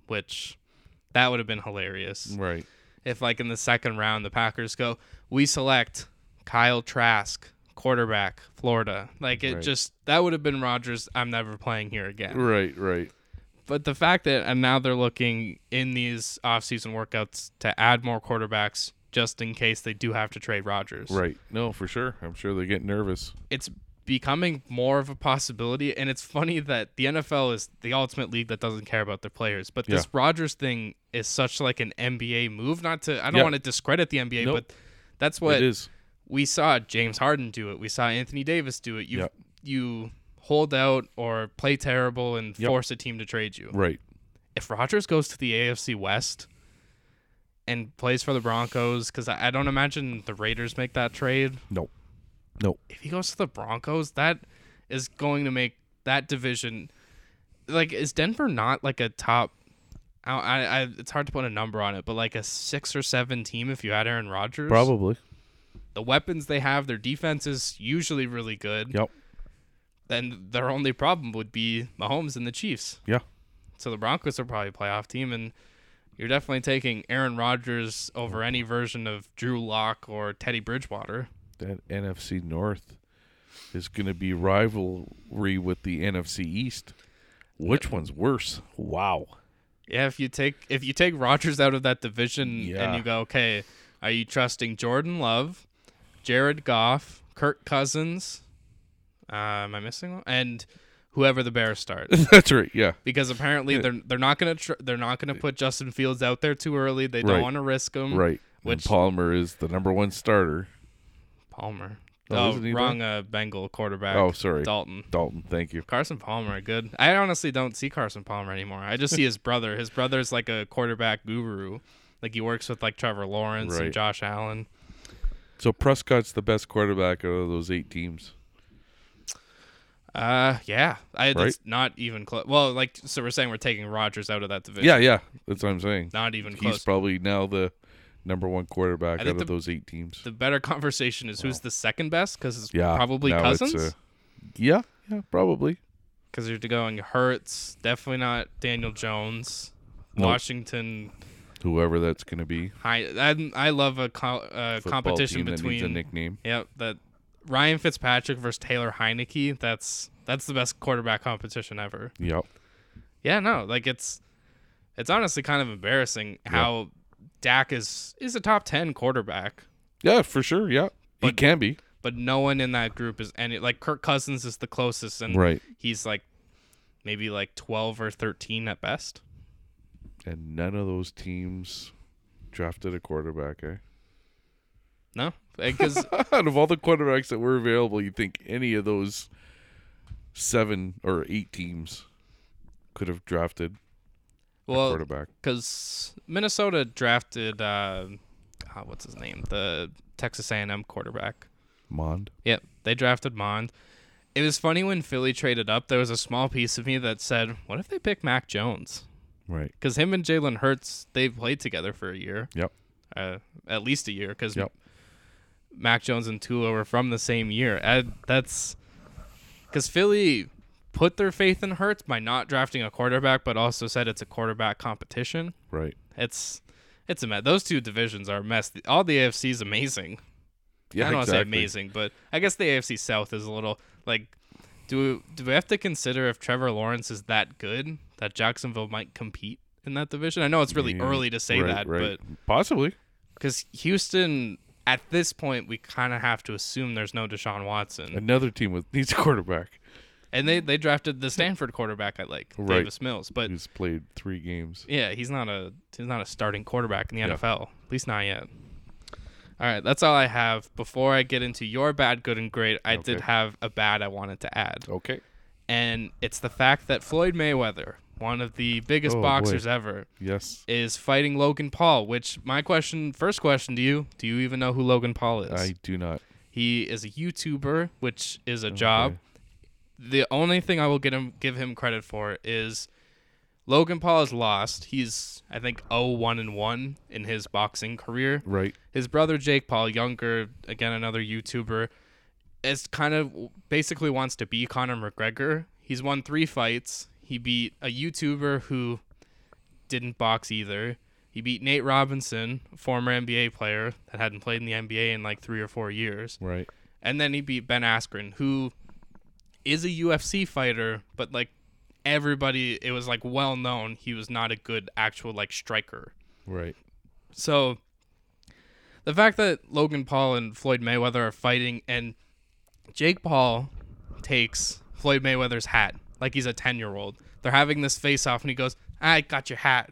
A: which that would have been hilarious.
B: Right.
A: If, like, in the second round, the Packers go, we select Kyle Trask, quarterback, Florida. Like, it
B: Right.
A: just, that would have been Rodgers, I'm never playing here again.
B: Right. Right.
A: But the fact that, and now they're looking in these offseason workouts to add more quarterbacks just in case they do have to trade Rodgers.
B: Right. No, for sure. I'm sure they get nervous.
A: it's becoming more of a possibility and it's funny that the NFL is the ultimate league that doesn't care about their players but this
B: Yeah.
A: Rodgers thing is such like an NBA move not to I don't
B: Yeah.
A: want to discredit the NBA
B: Nope.
A: but that's
B: it
A: what
B: is.
A: we saw James Harden do it we saw Anthony Davis do it you
B: Yeah.
A: you hold out or play terrible and
B: Yep.
A: force a team to trade you
B: Right.
A: if Rodgers goes to the AFC West and plays for the Broncos cuz I I don't imagine the Raiders make that trade
B: No. No.
A: if he goes to the Broncos, that is going to make that division like is Denver not like a top I, I, I it's hard to put a number on it, but like a six or seven team if you had Aaron Rodgers.
B: Probably.
A: The weapons they have, their defense is usually really good.
B: Yep.
A: Then their only problem would be Mahomes and the Chiefs.
B: Yeah.
A: So the Broncos are probably a playoff team and you're definitely taking Aaron Rodgers over any version of Drew Lock or Teddy Bridgewater.
B: that NFC North is going to be rivalry with the NFC East. Which one's worse? Wow.
A: Yeah, if you take if you take Rodgers out of that division and
B: Yeah.
A: you go, okay, are you trusting Jordan Love, Jared Goff, Kirk Cousins? Uh, am I missing one? And whoever the Bears start,
B: That's right. Yeah.
A: because apparently they're they're not gonna tr- they're not gonna put Justin Fields out there too early. They don't
B: Right.
A: want to risk him.
B: Right. When
A: Which-
B: Palmer is the number one starter.
A: Palmer.
B: Oh,
A: Oh,
B: isn't he
A: wrong. Uh, Bengal quarterback.
B: Oh, sorry.
A: Dalton.
B: Dalton, thank you.
A: Carson Palmer, good. I honestly don't see Carson Palmer anymore. I just see his brother. His brother's like a quarterback guru. Like he works with like Trevor Lawrence and
B: Right.
A: Josh Allen.
B: So Prescott's the best quarterback out of those eight teams.
A: Uh, yeah. I
B: Right.
A: that's not even close. Well, like so we're saying we're taking Rodgers out of that division.
B: Yeah, yeah. That's what I'm saying.
A: Not even
B: He's
A: close.
B: probably now the number one quarterback
A: I
B: out
A: think
B: of
A: the-
B: those eight teams.
A: the better conversation is who's the second best because it's
B: yeah.
A: probably
B: now it's,
A: Cousins
B: uh, yeah. Yeah. Probably.
A: because you're going Hurts. Definitely not Daniel Jones.
B: Nope.
A: Washington.
B: Whoever that's going to be.
A: High. I, I love a co- uh,
B: Football
A: competition
B: team that needs a
A: between
B: nickname.
A: Yep, that Ryan Fitzpatrick versus Taylor Heineke. That's that's the best quarterback competition ever.
B: Yep.
A: Yeah, no, like it's it's honestly kind of embarrassing how Dak is is a top ten quarterback,
B: Yeah, for sure. Yeah, he
A: But-
B: can be.
A: but no one in that group is any like Kirk Cousins is the closest, and
B: Right.
A: he's like maybe like twelve or thirteen at best.
B: And none of those teams drafted a quarterback. Eh?
A: No, because
B: Out of all the quarterbacks that were available, you think any of those seven or eight teams could have drafted a
A: well,
B: quarterback?
A: because Minnesota drafted uh, uh, what's his name, the Texas A&M quarterback.
B: Mond.
A: Yep, they drafted Mond. It was funny when Philly traded up. There was a small piece of me that said, "What if they pick Mac Jones?"
B: Right.
A: Because him and Jalen Hurts, they've played together for a year,
B: Yep.
A: uh, at least a year. Because
B: Yep.
A: Mac Jones and Tua were from the same year. Uh, that's because Philly put their faith in Hurts by not drafting a quarterback, but also said it's a quarterback competition.
B: Right.
A: It's it's a mess. Those two divisions are a mess. All the AFC is amazing. I don't want to say amazing, but I guess the AFC South is a little like. Do do we have to consider if Trevor Lawrence is that good that Jacksonville might compete in that division? I know it's really
B: Yeah,
A: early to say
B: right,
A: that,
B: right.
A: but
B: possibly.
A: because Houston at this point we kind of have to assume there's no Deshaun Watson,
B: Another team with needs a quarterback
A: and they they drafted the Stanford quarterback I like
B: Right.
A: Davis Mills, but
B: who's played three games.
A: yeah, he's not a he's not a starting quarterback in the
B: Yeah.
A: NFL, at least not yet. All right, that's all I have. Before I get into your bad, good, and great, I did
B: Okay. Oh.
A: have a bad I wanted to add.
B: Okay.
A: and it's the fact that Floyd Mayweather, one of the biggest
B: Oh, boy.
A: boxers ever,
B: Yes,
A: is fighting Logan Paul. Which my question, first question to you, do you even know who Logan Paul is?
B: I do not.
A: he is a YouTuber, which is a job. The only thing I will get him give him credit for is Logan Paul is lost. He's I think 0-1 and 1 in his boxing career.
B: Right.
A: His brother Jake Paul, younger, again another YouTuber, is kind of basically wants to be Conor McGregor. He's won three fights. He beat a YouTuber who didn't box either. He beat Nate Robinson, former NBA player that hadn't played in the NBA in like three or four years.
B: Right.
A: And then he beat Ben Askren, who is a UFC fighter, but like everybody, it was like well known he was not a good actual like striker.
B: Right.
A: So the fact that Logan Paul and Floyd Mayweather are fighting and Jake Paul takes Floyd Mayweather's hat like he's a 10-year-old. They're having this face off and he goes, "I got your hat."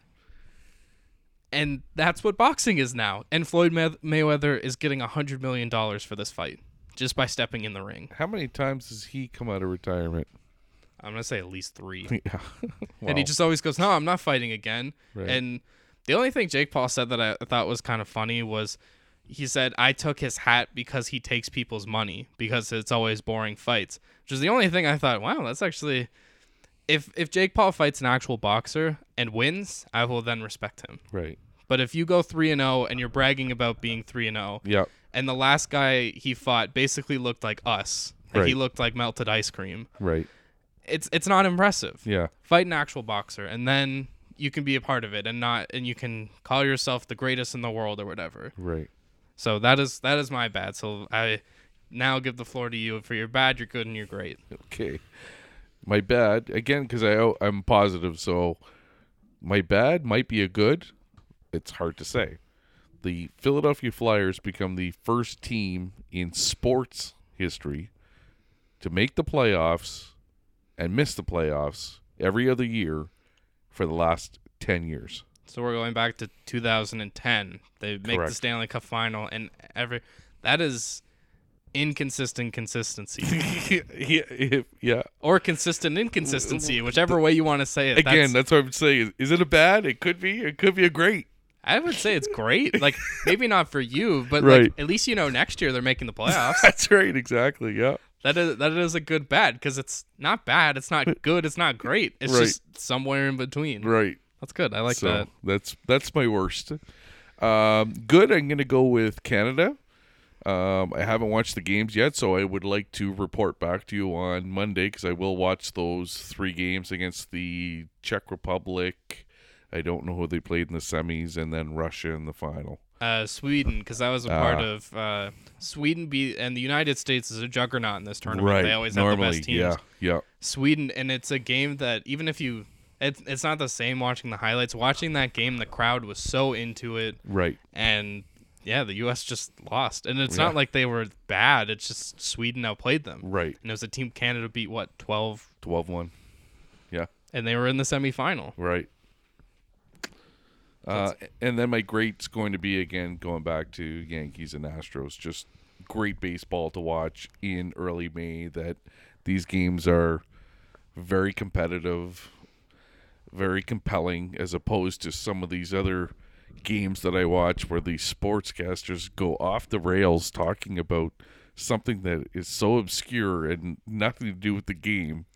A: And that's what boxing is now. And Floyd May- Mayweather is getting 100 million dollars for this fight just by stepping in the ring.
B: How many times has he come out of retirement?
A: I'm going to say at least 3.
B: Yeah.
A: and he
B: Wow.
A: just always goes, "No, I'm not fighting again."
B: Right.
A: And the only thing Jake Paul said that I thought was kind of funny was he said, "I took his hat because he takes people's money because it's always boring fights," which is the only thing I thought, "Wow, that's actually." If if Jake Paul fights an actual boxer and wins, I will then respect him.
B: right.
A: But if you go three and zero and you're bragging about being three and zero,
B: Yeah.
A: and the last guy he fought basically looked like us, like he
B: Right.
A: looked like melted ice cream,
B: Right.
A: it's it's not impressive
B: Yeah.
A: fight an actual boxer and then you can be a part of it and not and you can call yourself the greatest in the world or whatever
B: Right.
A: so that is that is my bad so i now give the floor to you for your bad you're good and you're great
B: Okay. My bad again because I oh, I'm positive, so my bad might be a good. It's hard to say. The Philadelphia Flyers become the first team in sports history to make the playoffs and miss the playoffs every other year for the last ten years.
A: so we're going back to 2010 they make
B: Correct.
A: the stanley cup final and every that is inconsistent consistency
B: yeah, if- yeah.
A: or consistent inconsistency whichever way you want to say it that's-
B: Again, that's what I'm saying. Is it a bad? It could be. It could be a great.
A: i would say it's great like maybe not for you but
B: Right.
A: like at least you know next year they're making the playoffs
B: That's right. Exactly. Yeah.
A: That is that is a good bad because it's not bad, it's not good, it's not great. It's
B: Right.
A: just somewhere in between.
B: Right.
A: That's good. I like
B: so
A: that.
B: that's that's my worst. Um, good. I'm going to go with Canada. Um, I haven't watched the games yet, so I would like to report back to you on Monday because I will watch those three games against the Czech Republic. I don't know who they played in the semis, and then Russia in the final.
A: Uh, Sweden, because that was a
B: Ah.
A: part of uh, Sweden. Be and the United States is a juggernaut in this tournament. They always have the best teams.
B: yeah, yeah,
A: Sweden, and it's a game that even if you It's it's not the same watching the highlights. Watching that game, the crowd was so into it,
B: Right.
A: and yeah, the U.S. just lost. And it's
B: Yeah.
A: not like they were bad. It's just Sweden outplayed them.
B: Right.
A: And it was a team Canada beat what twelve,
B: 12 1. Yeah.
A: and they were in the semifinal.
B: Right. Uh, and then my great's going to be again going back to Yankees and Astros. Just great baseball to watch in early May. That these games are very competitive, very compelling, as opposed to some of these other games that I watch where these sportscasters go off the rails talking about something that is so obscure and nothing to do with the game.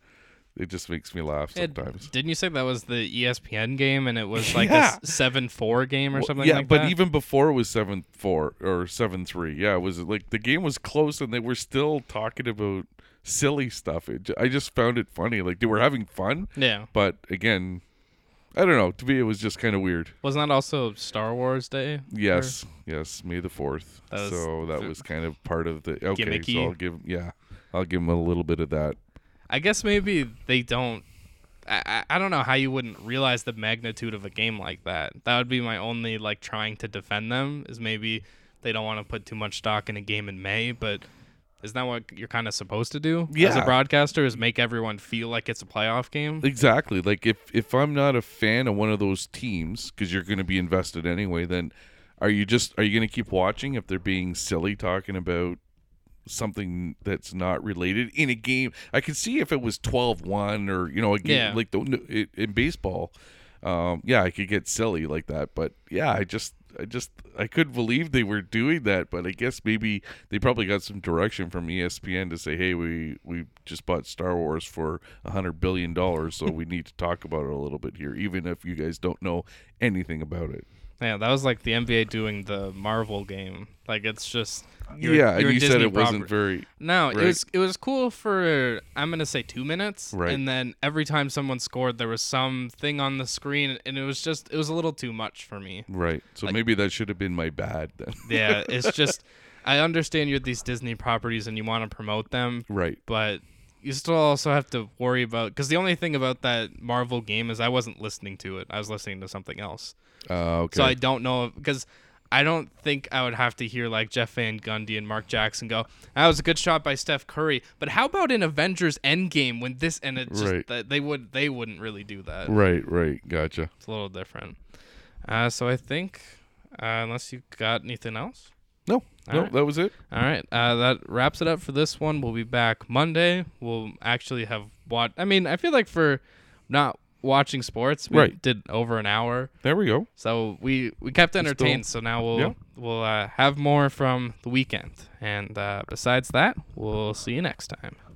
B: It just makes me laugh
A: It-
B: sometimes.
A: didn't you say that was the E ESPN game, and it was like
B: Yeah.
A: a seven four game or
B: Well,
A: something?
B: Yeah,
A: like
B: but
A: that?
B: even before it was seven four or seven three. Yeah, it was like the game was close and they were still talking about silly stuff. It, ju- I just found it funny. Like they were having fun,
A: yeah,
B: but again, I don't know. To me, it was just kind of weird.
A: wasn't that also Star Wars Day?
B: Yes, yes, May the fourth.
A: That was
B: so that
A: v-
B: was kind of part of the okay. So
A: Gimmicky.
B: I'll give yeah, I'll give him a little bit of that.
A: I guess maybe they don't. I, I I don't know how you wouldn't realize the magnitude of a game like that. That would be my only like trying to defend them is maybe they don't want to put too much stock in a game in May, but isn't that what you're kind of supposed to do as a
B: Yeah.
A: broadcaster? Is make everyone feel like it's a playoff game?
B: Exactly. Like if if I'm not a fan of one of those teams because you're going to be invested anyway, then are you just are you going to keep watching if they're being silly talking about something that's not related in a game? I could see if it was 12-1 or you know a game
A: Yeah.
B: like the, it, in baseball. Um, yeah, I could get silly like that, but yeah, I just I just I couldn't believe they were doing that, but I guess maybe they probably got some direction from E ESPN to say, "Hey, we we just bought Star Wars for a hundred billion dollars, so we need to talk about it a little bit here, even if you guys don't know anything about it."
A: Yeah, that was like the NBA doing the Marvel game. Like it's just you're- you're
B: yeah, and
A: a
B: you said
A: Disney
B: it wasn't
A: proper-
B: very
A: No,
B: right.
A: it was it was cool for I'm gonna say two minutes,
B: Right.
A: and then every time someone scored, there was some thing on the screen, and it was just it was a little too much for me.
B: right. So maybe that should have been my bad then.
A: Yeah, it's just I understand you're these Disney properties and you want to promote them,
B: right.
A: but you still also have to worry about because the only thing about that Marvel game is I wasn't listening to it; I was listening to something else.
B: Uh, okay.
A: So I don't know because I don't think I would have to hear like Jeff Van Gundy and Mark Jackson go, "That was a good shot by Steph Curry." But how about in Avengers Endgame when this and it just
B: Right.
A: that they would they wouldn't really do that.
B: right. Right. Gotcha.
A: It's a little different. Uh, so I think uh, unless you got anything else.
B: No. no.
A: right.
B: That was it.
A: All right, uh, that wraps it up for this one. We'll be back Monday. We'll actually have watched. I mean, I feel like for not watching sports, we
B: Right.
A: did over an hour.
B: There we go.
A: So we we kept entertained. so now we'll
B: Yeah.
A: we'll uh, have more from the weekend. And uh, besides that, we'll see you next time.